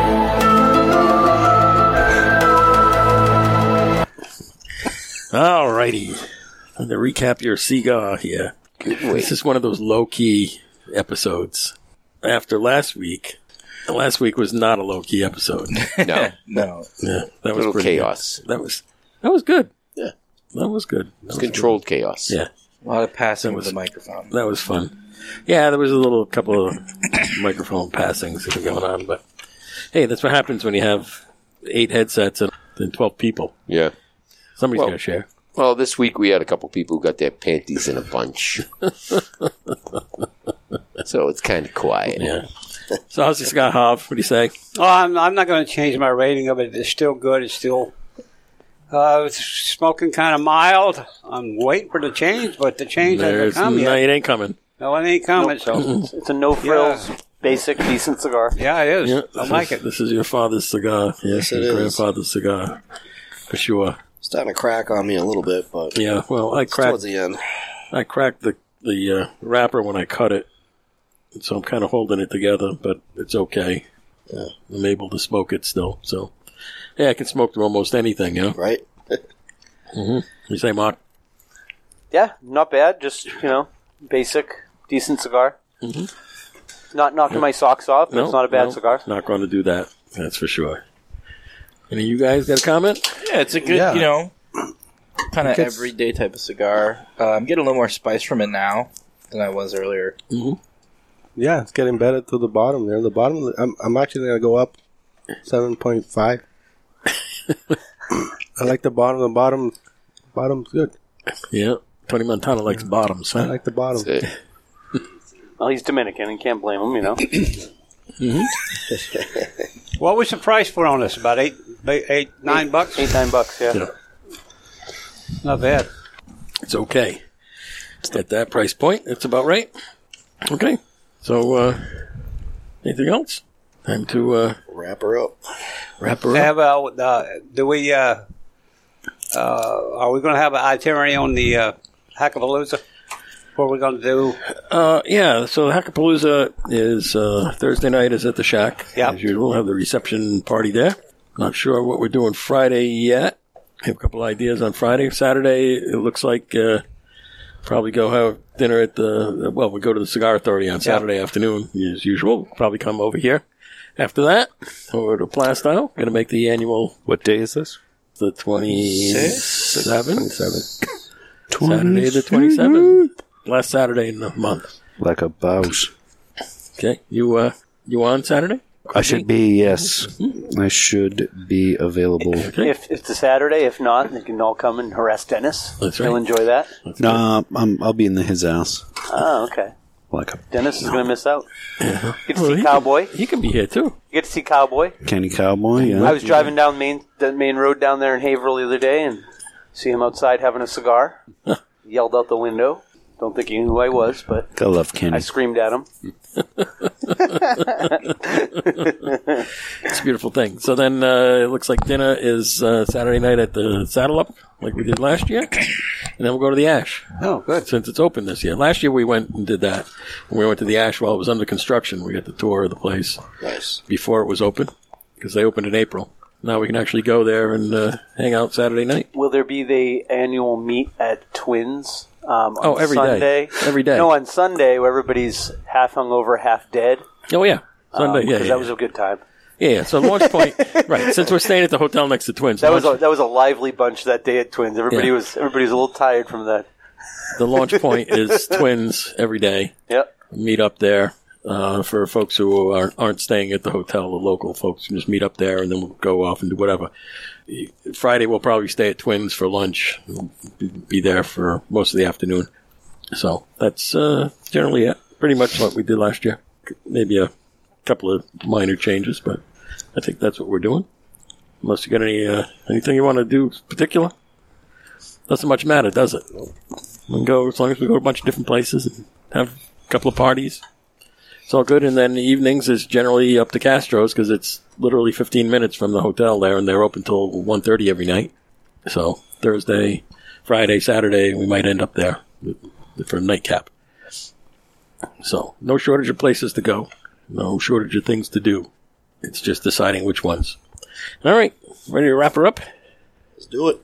Speaker 1: All righty. Time to recap your cigar here. This is one of those low key episodes. After last week, last week was not a low key episode.
Speaker 2: No,
Speaker 8: no.
Speaker 1: Yeah, that was
Speaker 2: Little
Speaker 1: pretty good.
Speaker 2: chaos.
Speaker 1: That was that was good. Yeah, that was good. That
Speaker 2: It's
Speaker 1: was
Speaker 2: controlled
Speaker 1: good.
Speaker 2: chaos.
Speaker 1: Yeah,
Speaker 8: A lot of passing with
Speaker 1: was-
Speaker 8: the microphone.
Speaker 1: that was fun. Yeah, there was a little couple of microphone passings that were going on, but hey, that's what happens when you have eight headsets and, and twelve people.
Speaker 2: Yeah.
Speaker 1: Somebody's
Speaker 2: Well-
Speaker 1: gonna share.
Speaker 2: Well, this week we had a couple people who got their panties in a bunch. so it's kind of quiet.
Speaker 1: Yeah. So how's this guy Hov? What do you say?
Speaker 4: Oh, I'm, I'm not going to change my rating of it. It's still good. It's still uh, it's smoking kind of mild. I'm waiting for the change, but the change
Speaker 1: There's,
Speaker 4: hasn't
Speaker 1: no,
Speaker 4: come yet.
Speaker 1: it ain't coming.
Speaker 4: No, it ain't coming.
Speaker 3: Nope.
Speaker 4: So
Speaker 3: It's a no frills, basic, decent cigar.
Speaker 4: yeah, it is.
Speaker 1: Yeah,
Speaker 4: I
Speaker 1: this
Speaker 4: like
Speaker 1: is-
Speaker 4: it.
Speaker 1: This is your father's cigar.
Speaker 6: Yes,
Speaker 1: Yes,
Speaker 6: it
Speaker 1: your
Speaker 6: is.
Speaker 1: grandfather's cigar, for sure.
Speaker 6: starting to crack on me a little bit, but
Speaker 1: Yeah. Well, I
Speaker 6: it's towards
Speaker 1: cracked.
Speaker 6: the end.
Speaker 1: I cracked the the uh, wrapper when I cut it, so I'm kind of holding it together, but it's okay. Uh,
Speaker 6: Yeah.
Speaker 1: I'm able to smoke it still. So, yeah, I can smoke through almost anything. You know.
Speaker 6: Right?
Speaker 8: Mm-hmm.
Speaker 1: You say, Mark?
Speaker 3: Yeah, not bad. Just you know, basic, decent cigar.
Speaker 8: Mm-hmm.
Speaker 3: Not knocking my socks off. But it's not a bad
Speaker 1: no,
Speaker 3: cigar.
Speaker 1: Not going to do that. That's for sure. Any of you guys got a comment?
Speaker 8: Yeah, it's a good,
Speaker 9: Yeah.
Speaker 8: you know, kind of
Speaker 9: It's-
Speaker 8: everyday type of cigar. Uh, I'm getting a little more spice from it now than I was earlier.
Speaker 1: Mm-hmm.
Speaker 10: Yeah, it's getting better to the bottom there. The bottom, I'm, I'm actually going to go up 7.5. I like the bottom. The bottom, bottom's good.
Speaker 1: Yeah. Tony Montana likes bottoms.
Speaker 10: I
Speaker 1: Huh?
Speaker 10: like the bottom.
Speaker 2: That's it.
Speaker 3: Well, he's Dominican and can't blame him. You know,
Speaker 1: Mm-hmm.
Speaker 4: What was the price put on this? About eight, ba- eight, nine bucks.
Speaker 3: eight nine bucks. Yeah.
Speaker 1: Yeah.
Speaker 4: Not bad.
Speaker 1: It's okay. At that price point, it's about right. Okay. So, uh, anything else? Time to uh,
Speaker 6: Wrap her up.
Speaker 1: wrap her up.
Speaker 4: Have a, uh, do we? Uh, uh, are we going to have an itinerary on the uh, Hackapalooza? What are we going to do?
Speaker 1: Uh, yeah, so Hackapalooza is uh, Thursday night is at the Shack.
Speaker 4: Yeah.
Speaker 1: As usual, have the reception party there. Not sure what we're doing Friday yet. I have a couple ideas on Friday. Saturday, it looks like uh, probably go have dinner at the, well, we go to the Cigar Authority on Saturday afternoon as usual. Probably come over here. After that, over to Plastow. Going to make the annual,
Speaker 10: What day is this?
Speaker 1: the 27th.
Speaker 10: 27.
Speaker 1: Saturday the 27th. Last Saturday in the month.
Speaker 10: Like a boss.
Speaker 1: Okay, you uh, You on Saturday?
Speaker 13: I should be, yes. I should be available.
Speaker 3: If it's a Saturday, if not, they can all come and harass Dennis.
Speaker 13: That's
Speaker 3: He'll
Speaker 13: right.
Speaker 3: enjoy that.
Speaker 13: No, I'm, I'll be in the, his house.
Speaker 3: Oh, okay.
Speaker 13: Like
Speaker 3: Dennis is going to miss out. You get to see Cowboy.
Speaker 1: He can be here too.
Speaker 3: You get to see Cowboy.
Speaker 13: Kenny Cowboy. Yeah.
Speaker 3: I was driving down main the main road down there in Haverhill the other day and see him outside having a cigar. Yelled out the window. Don't think he knew who I was, but
Speaker 13: I love Kenny.
Speaker 3: I screamed at him.
Speaker 1: It's a beautiful thing. So then uh, it looks like dinner is uh, Saturday night at the Saddle Up, like we did last year. And then we'll go to the Ash.
Speaker 3: Oh, good.
Speaker 1: Since it's open this year. Last year we went and did that. We went to the Ash while it was under construction. We got the tour of the place.
Speaker 6: Nice.
Speaker 1: Before it was open, because they opened in April. Now we can actually go there and uh, hang out Saturday night.
Speaker 3: Will there be the annual meet at Twins? Um, on
Speaker 1: Oh, every day.
Speaker 3: Sunday?
Speaker 1: Every day.
Speaker 3: No, on Sunday where everybody's half hungover, half dead.
Speaker 1: Oh, yeah. Sunday, yeah,
Speaker 3: because
Speaker 1: yeah,
Speaker 3: Um, that was a good time.
Speaker 1: Yeah, yeah. So Launch Point, right, since we're staying at the hotel next to Twins.
Speaker 3: That was
Speaker 1: Launch-
Speaker 3: a, that was a lively bunch that day at Twins. Everybody
Speaker 1: Yeah.
Speaker 3: was everybody was a little tired from that.
Speaker 1: the launch point is twins every day.
Speaker 3: Yep.
Speaker 1: Meet up there uh, for folks who aren't, aren't staying at the hotel. The local folks can just meet up there, and then we'll go off and do whatever. Friday we'll probably stay at Twins for lunch. We'll be- be there for most of the afternoon. So that's uh, generally it. Pretty much what we did last year. Maybe a couple of minor changes, but I think that's what we're doing. Unless you got any uh, anything you want to do particular, doesn't much matter, does it? We can go as long as we go to a bunch of different places and have a couple of parties. It's all good. And then the evenings is generally up to Castro's because it's literally 15 minutes from the hotel there, and they're open till 1.30 every night. So Thursday, Friday, Saturday, we might end up there for a nightcap. So no shortage of places to go, no shortage of things to do. It's just deciding which ones. All right, ready to wrap her up?
Speaker 6: Let's do it.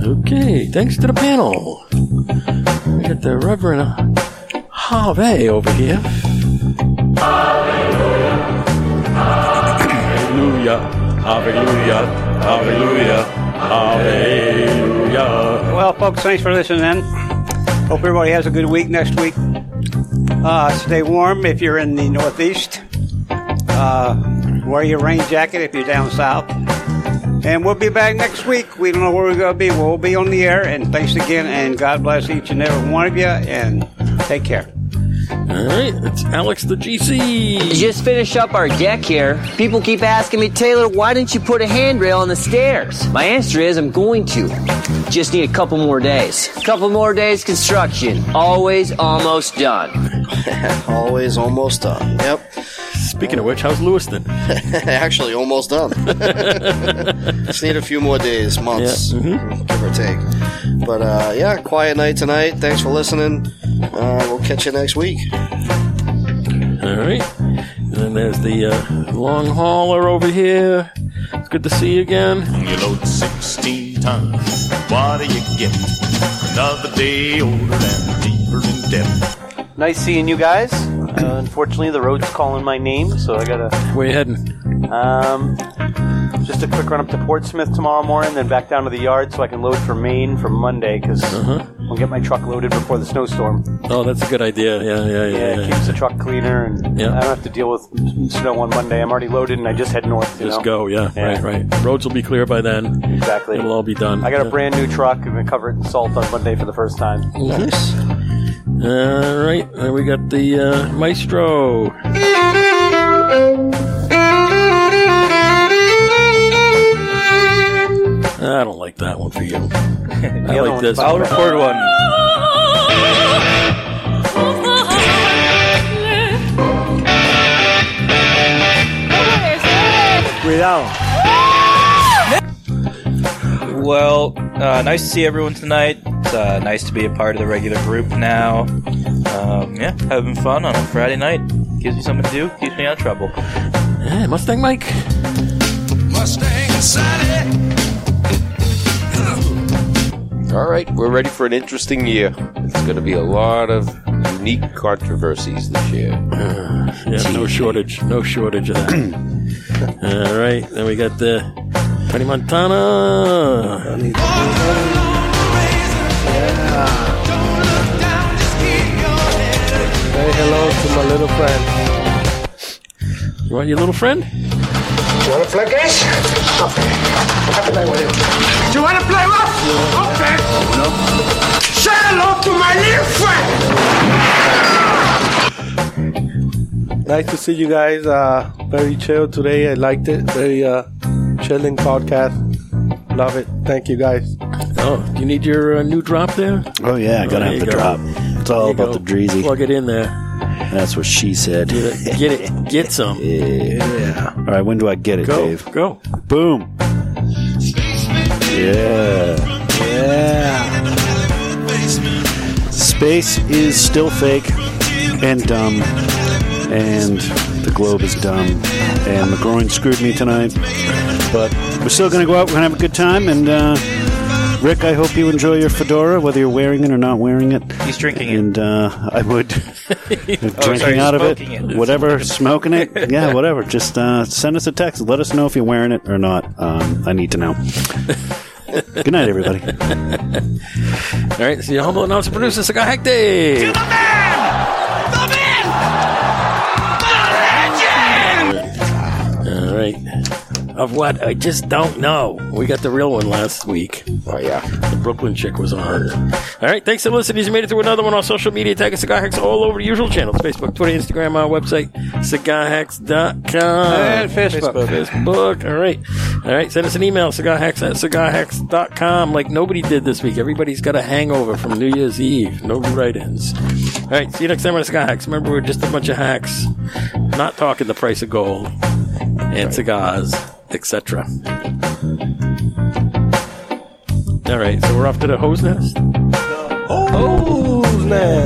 Speaker 1: Okay, thanks to the panel. We got the Reverend Harvey over here. Hallelujah, hallelujah, hallelujah, hallelujah.
Speaker 4: Well, folks, thanks for listening. in. Hope everybody has a good week next week. Uh, stay warm if you're in the Northeast. Uh, wear your rain jacket if you're down south. And we'll be back next week. We don't know where we're going to be. We'll be on the air. And thanks again. And God bless each and every one of you. And take care.
Speaker 1: All right, it's Alex the GC.
Speaker 5: To just finish up our deck here, people keep asking me, Taylor, why didn't you put a handrail on the stairs? My answer is I'm going to. Just need a couple more days. Couple more days construction. Always almost done.
Speaker 6: Always almost done. Yep.
Speaker 1: Speaking of which, how's Lewiston?
Speaker 6: Actually, almost done. Just need a few more days, months,
Speaker 1: mm-hmm.
Speaker 6: give or take. But uh, yeah, quiet night tonight. Thanks for listening. Uh, we'll catch you next week.
Speaker 1: All right. And then there's the uh, long hauler over here. It's good to see you again.
Speaker 7: You load 16 tons, what do you get? Another day older and deeper in debt.
Speaker 3: Nice seeing you guys. Uh, unfortunately, the road's calling my name, so I gotta.
Speaker 1: Where you heading?
Speaker 3: Um, just a quick run up to Portsmouth tomorrow morning, then back down to the yard so I can load for Maine for Monday because
Speaker 1: Uh-huh.
Speaker 3: I'll get my truck loaded before the snowstorm.
Speaker 1: Oh, that's a good idea. Yeah, yeah, yeah.
Speaker 3: Yeah,
Speaker 1: yeah,
Speaker 3: it keeps the truck cleaner, and
Speaker 1: Yeah.
Speaker 3: I don't have to deal with snow on Monday. I'm already loaded, and I just head north. You
Speaker 1: Just
Speaker 3: know?
Speaker 1: go. Yeah, right, right. Roads will be clear by then.
Speaker 3: Exactly.
Speaker 1: It'll all be done.
Speaker 3: I got a
Speaker 1: Yeah.
Speaker 3: brand new truck. I'm gonna cover it in salt on Monday for the first time.
Speaker 1: Nice. All right, then we got the uh, maestro. I don't like that one for you. I like this.
Speaker 8: I'll record one.
Speaker 4: Cuidado.
Speaker 8: Well, uh, nice to see everyone tonight. It's uh, nice to be a part of the regular group now. Um, yeah, having fun on a Friday night. Gives me something to do, keeps me out of trouble.
Speaker 1: Hey, Mustang Mike.
Speaker 7: Mustang Sally.
Speaker 2: All right, we're ready for an interesting year. It's going to be a lot of unique controversies this year.
Speaker 1: Yeah, no shortage. No shortage of that. All right, then we got the Tony Montana.
Speaker 7: Don't look down, just keep going.
Speaker 10: hello to my little friend.
Speaker 1: You want your little friend?
Speaker 12: You want to play games? Okay. I can play with you. Do you want to play rough? Okay. No. Say hello to my little friend.
Speaker 10: Nice to see you guys. Uh, very chill today. I liked it. Very uh, chilling podcast. Love it. Thank you guys.
Speaker 1: Oh, you need your uh, new drop there?
Speaker 9: Oh yeah, I gotta
Speaker 1: There
Speaker 9: have
Speaker 1: you
Speaker 9: the
Speaker 1: go.
Speaker 9: drop. It's all
Speaker 1: There you
Speaker 9: about
Speaker 1: go.
Speaker 9: the dreezy.
Speaker 1: Plug it in there.
Speaker 9: That's what she said.
Speaker 1: Get it. Get it. Get some.
Speaker 9: Yeah. All right, when do I get it,
Speaker 1: Go,
Speaker 9: Dave?
Speaker 1: Go.
Speaker 9: Boom. Yeah. Yeah.
Speaker 12: Space
Speaker 9: is still fake and dumb, and the globe is dumb, and McGroin screwed me tonight. But we're still going to go out. We're going to have a good time. And uh, Rick, I hope you enjoy your fedora, whether you're wearing it or not wearing it.
Speaker 3: He's drinking Oh,
Speaker 9: and, it. And uh, I would drinking
Speaker 3: sorry,
Speaker 9: out of it,
Speaker 3: smoking it.
Speaker 9: whatever, smoking it, yeah, whatever. Just uh, send us a text. Let us know if you're wearing it or not. Um, I need to know. good night, everybody.
Speaker 1: All right, so your humble announcer producer, Cigar Hack Day. All right. Of what? I just don't know. We got the real one last week. Oh, yeah. The Brooklyn chick was on. All right. Thanks for listening. You made it through another one on social media. Tag us Cigar Hacks all over the usual channels Facebook, Twitter, Instagram, our website, cigarhacks.com.
Speaker 4: And Facebook.
Speaker 1: Facebook. All right. All right. Send us an email, cigarhacks at cigarhacks.com, like nobody did this week. Everybody's got a hangover from New Year's Eve. No write ins. All right. See you next time on Cigar Hacks. Remember, we're just a bunch of hacks, not talking the price of gold and cigars, etc. All right, so we're off to the hose nest.
Speaker 10: Oh, Who's next?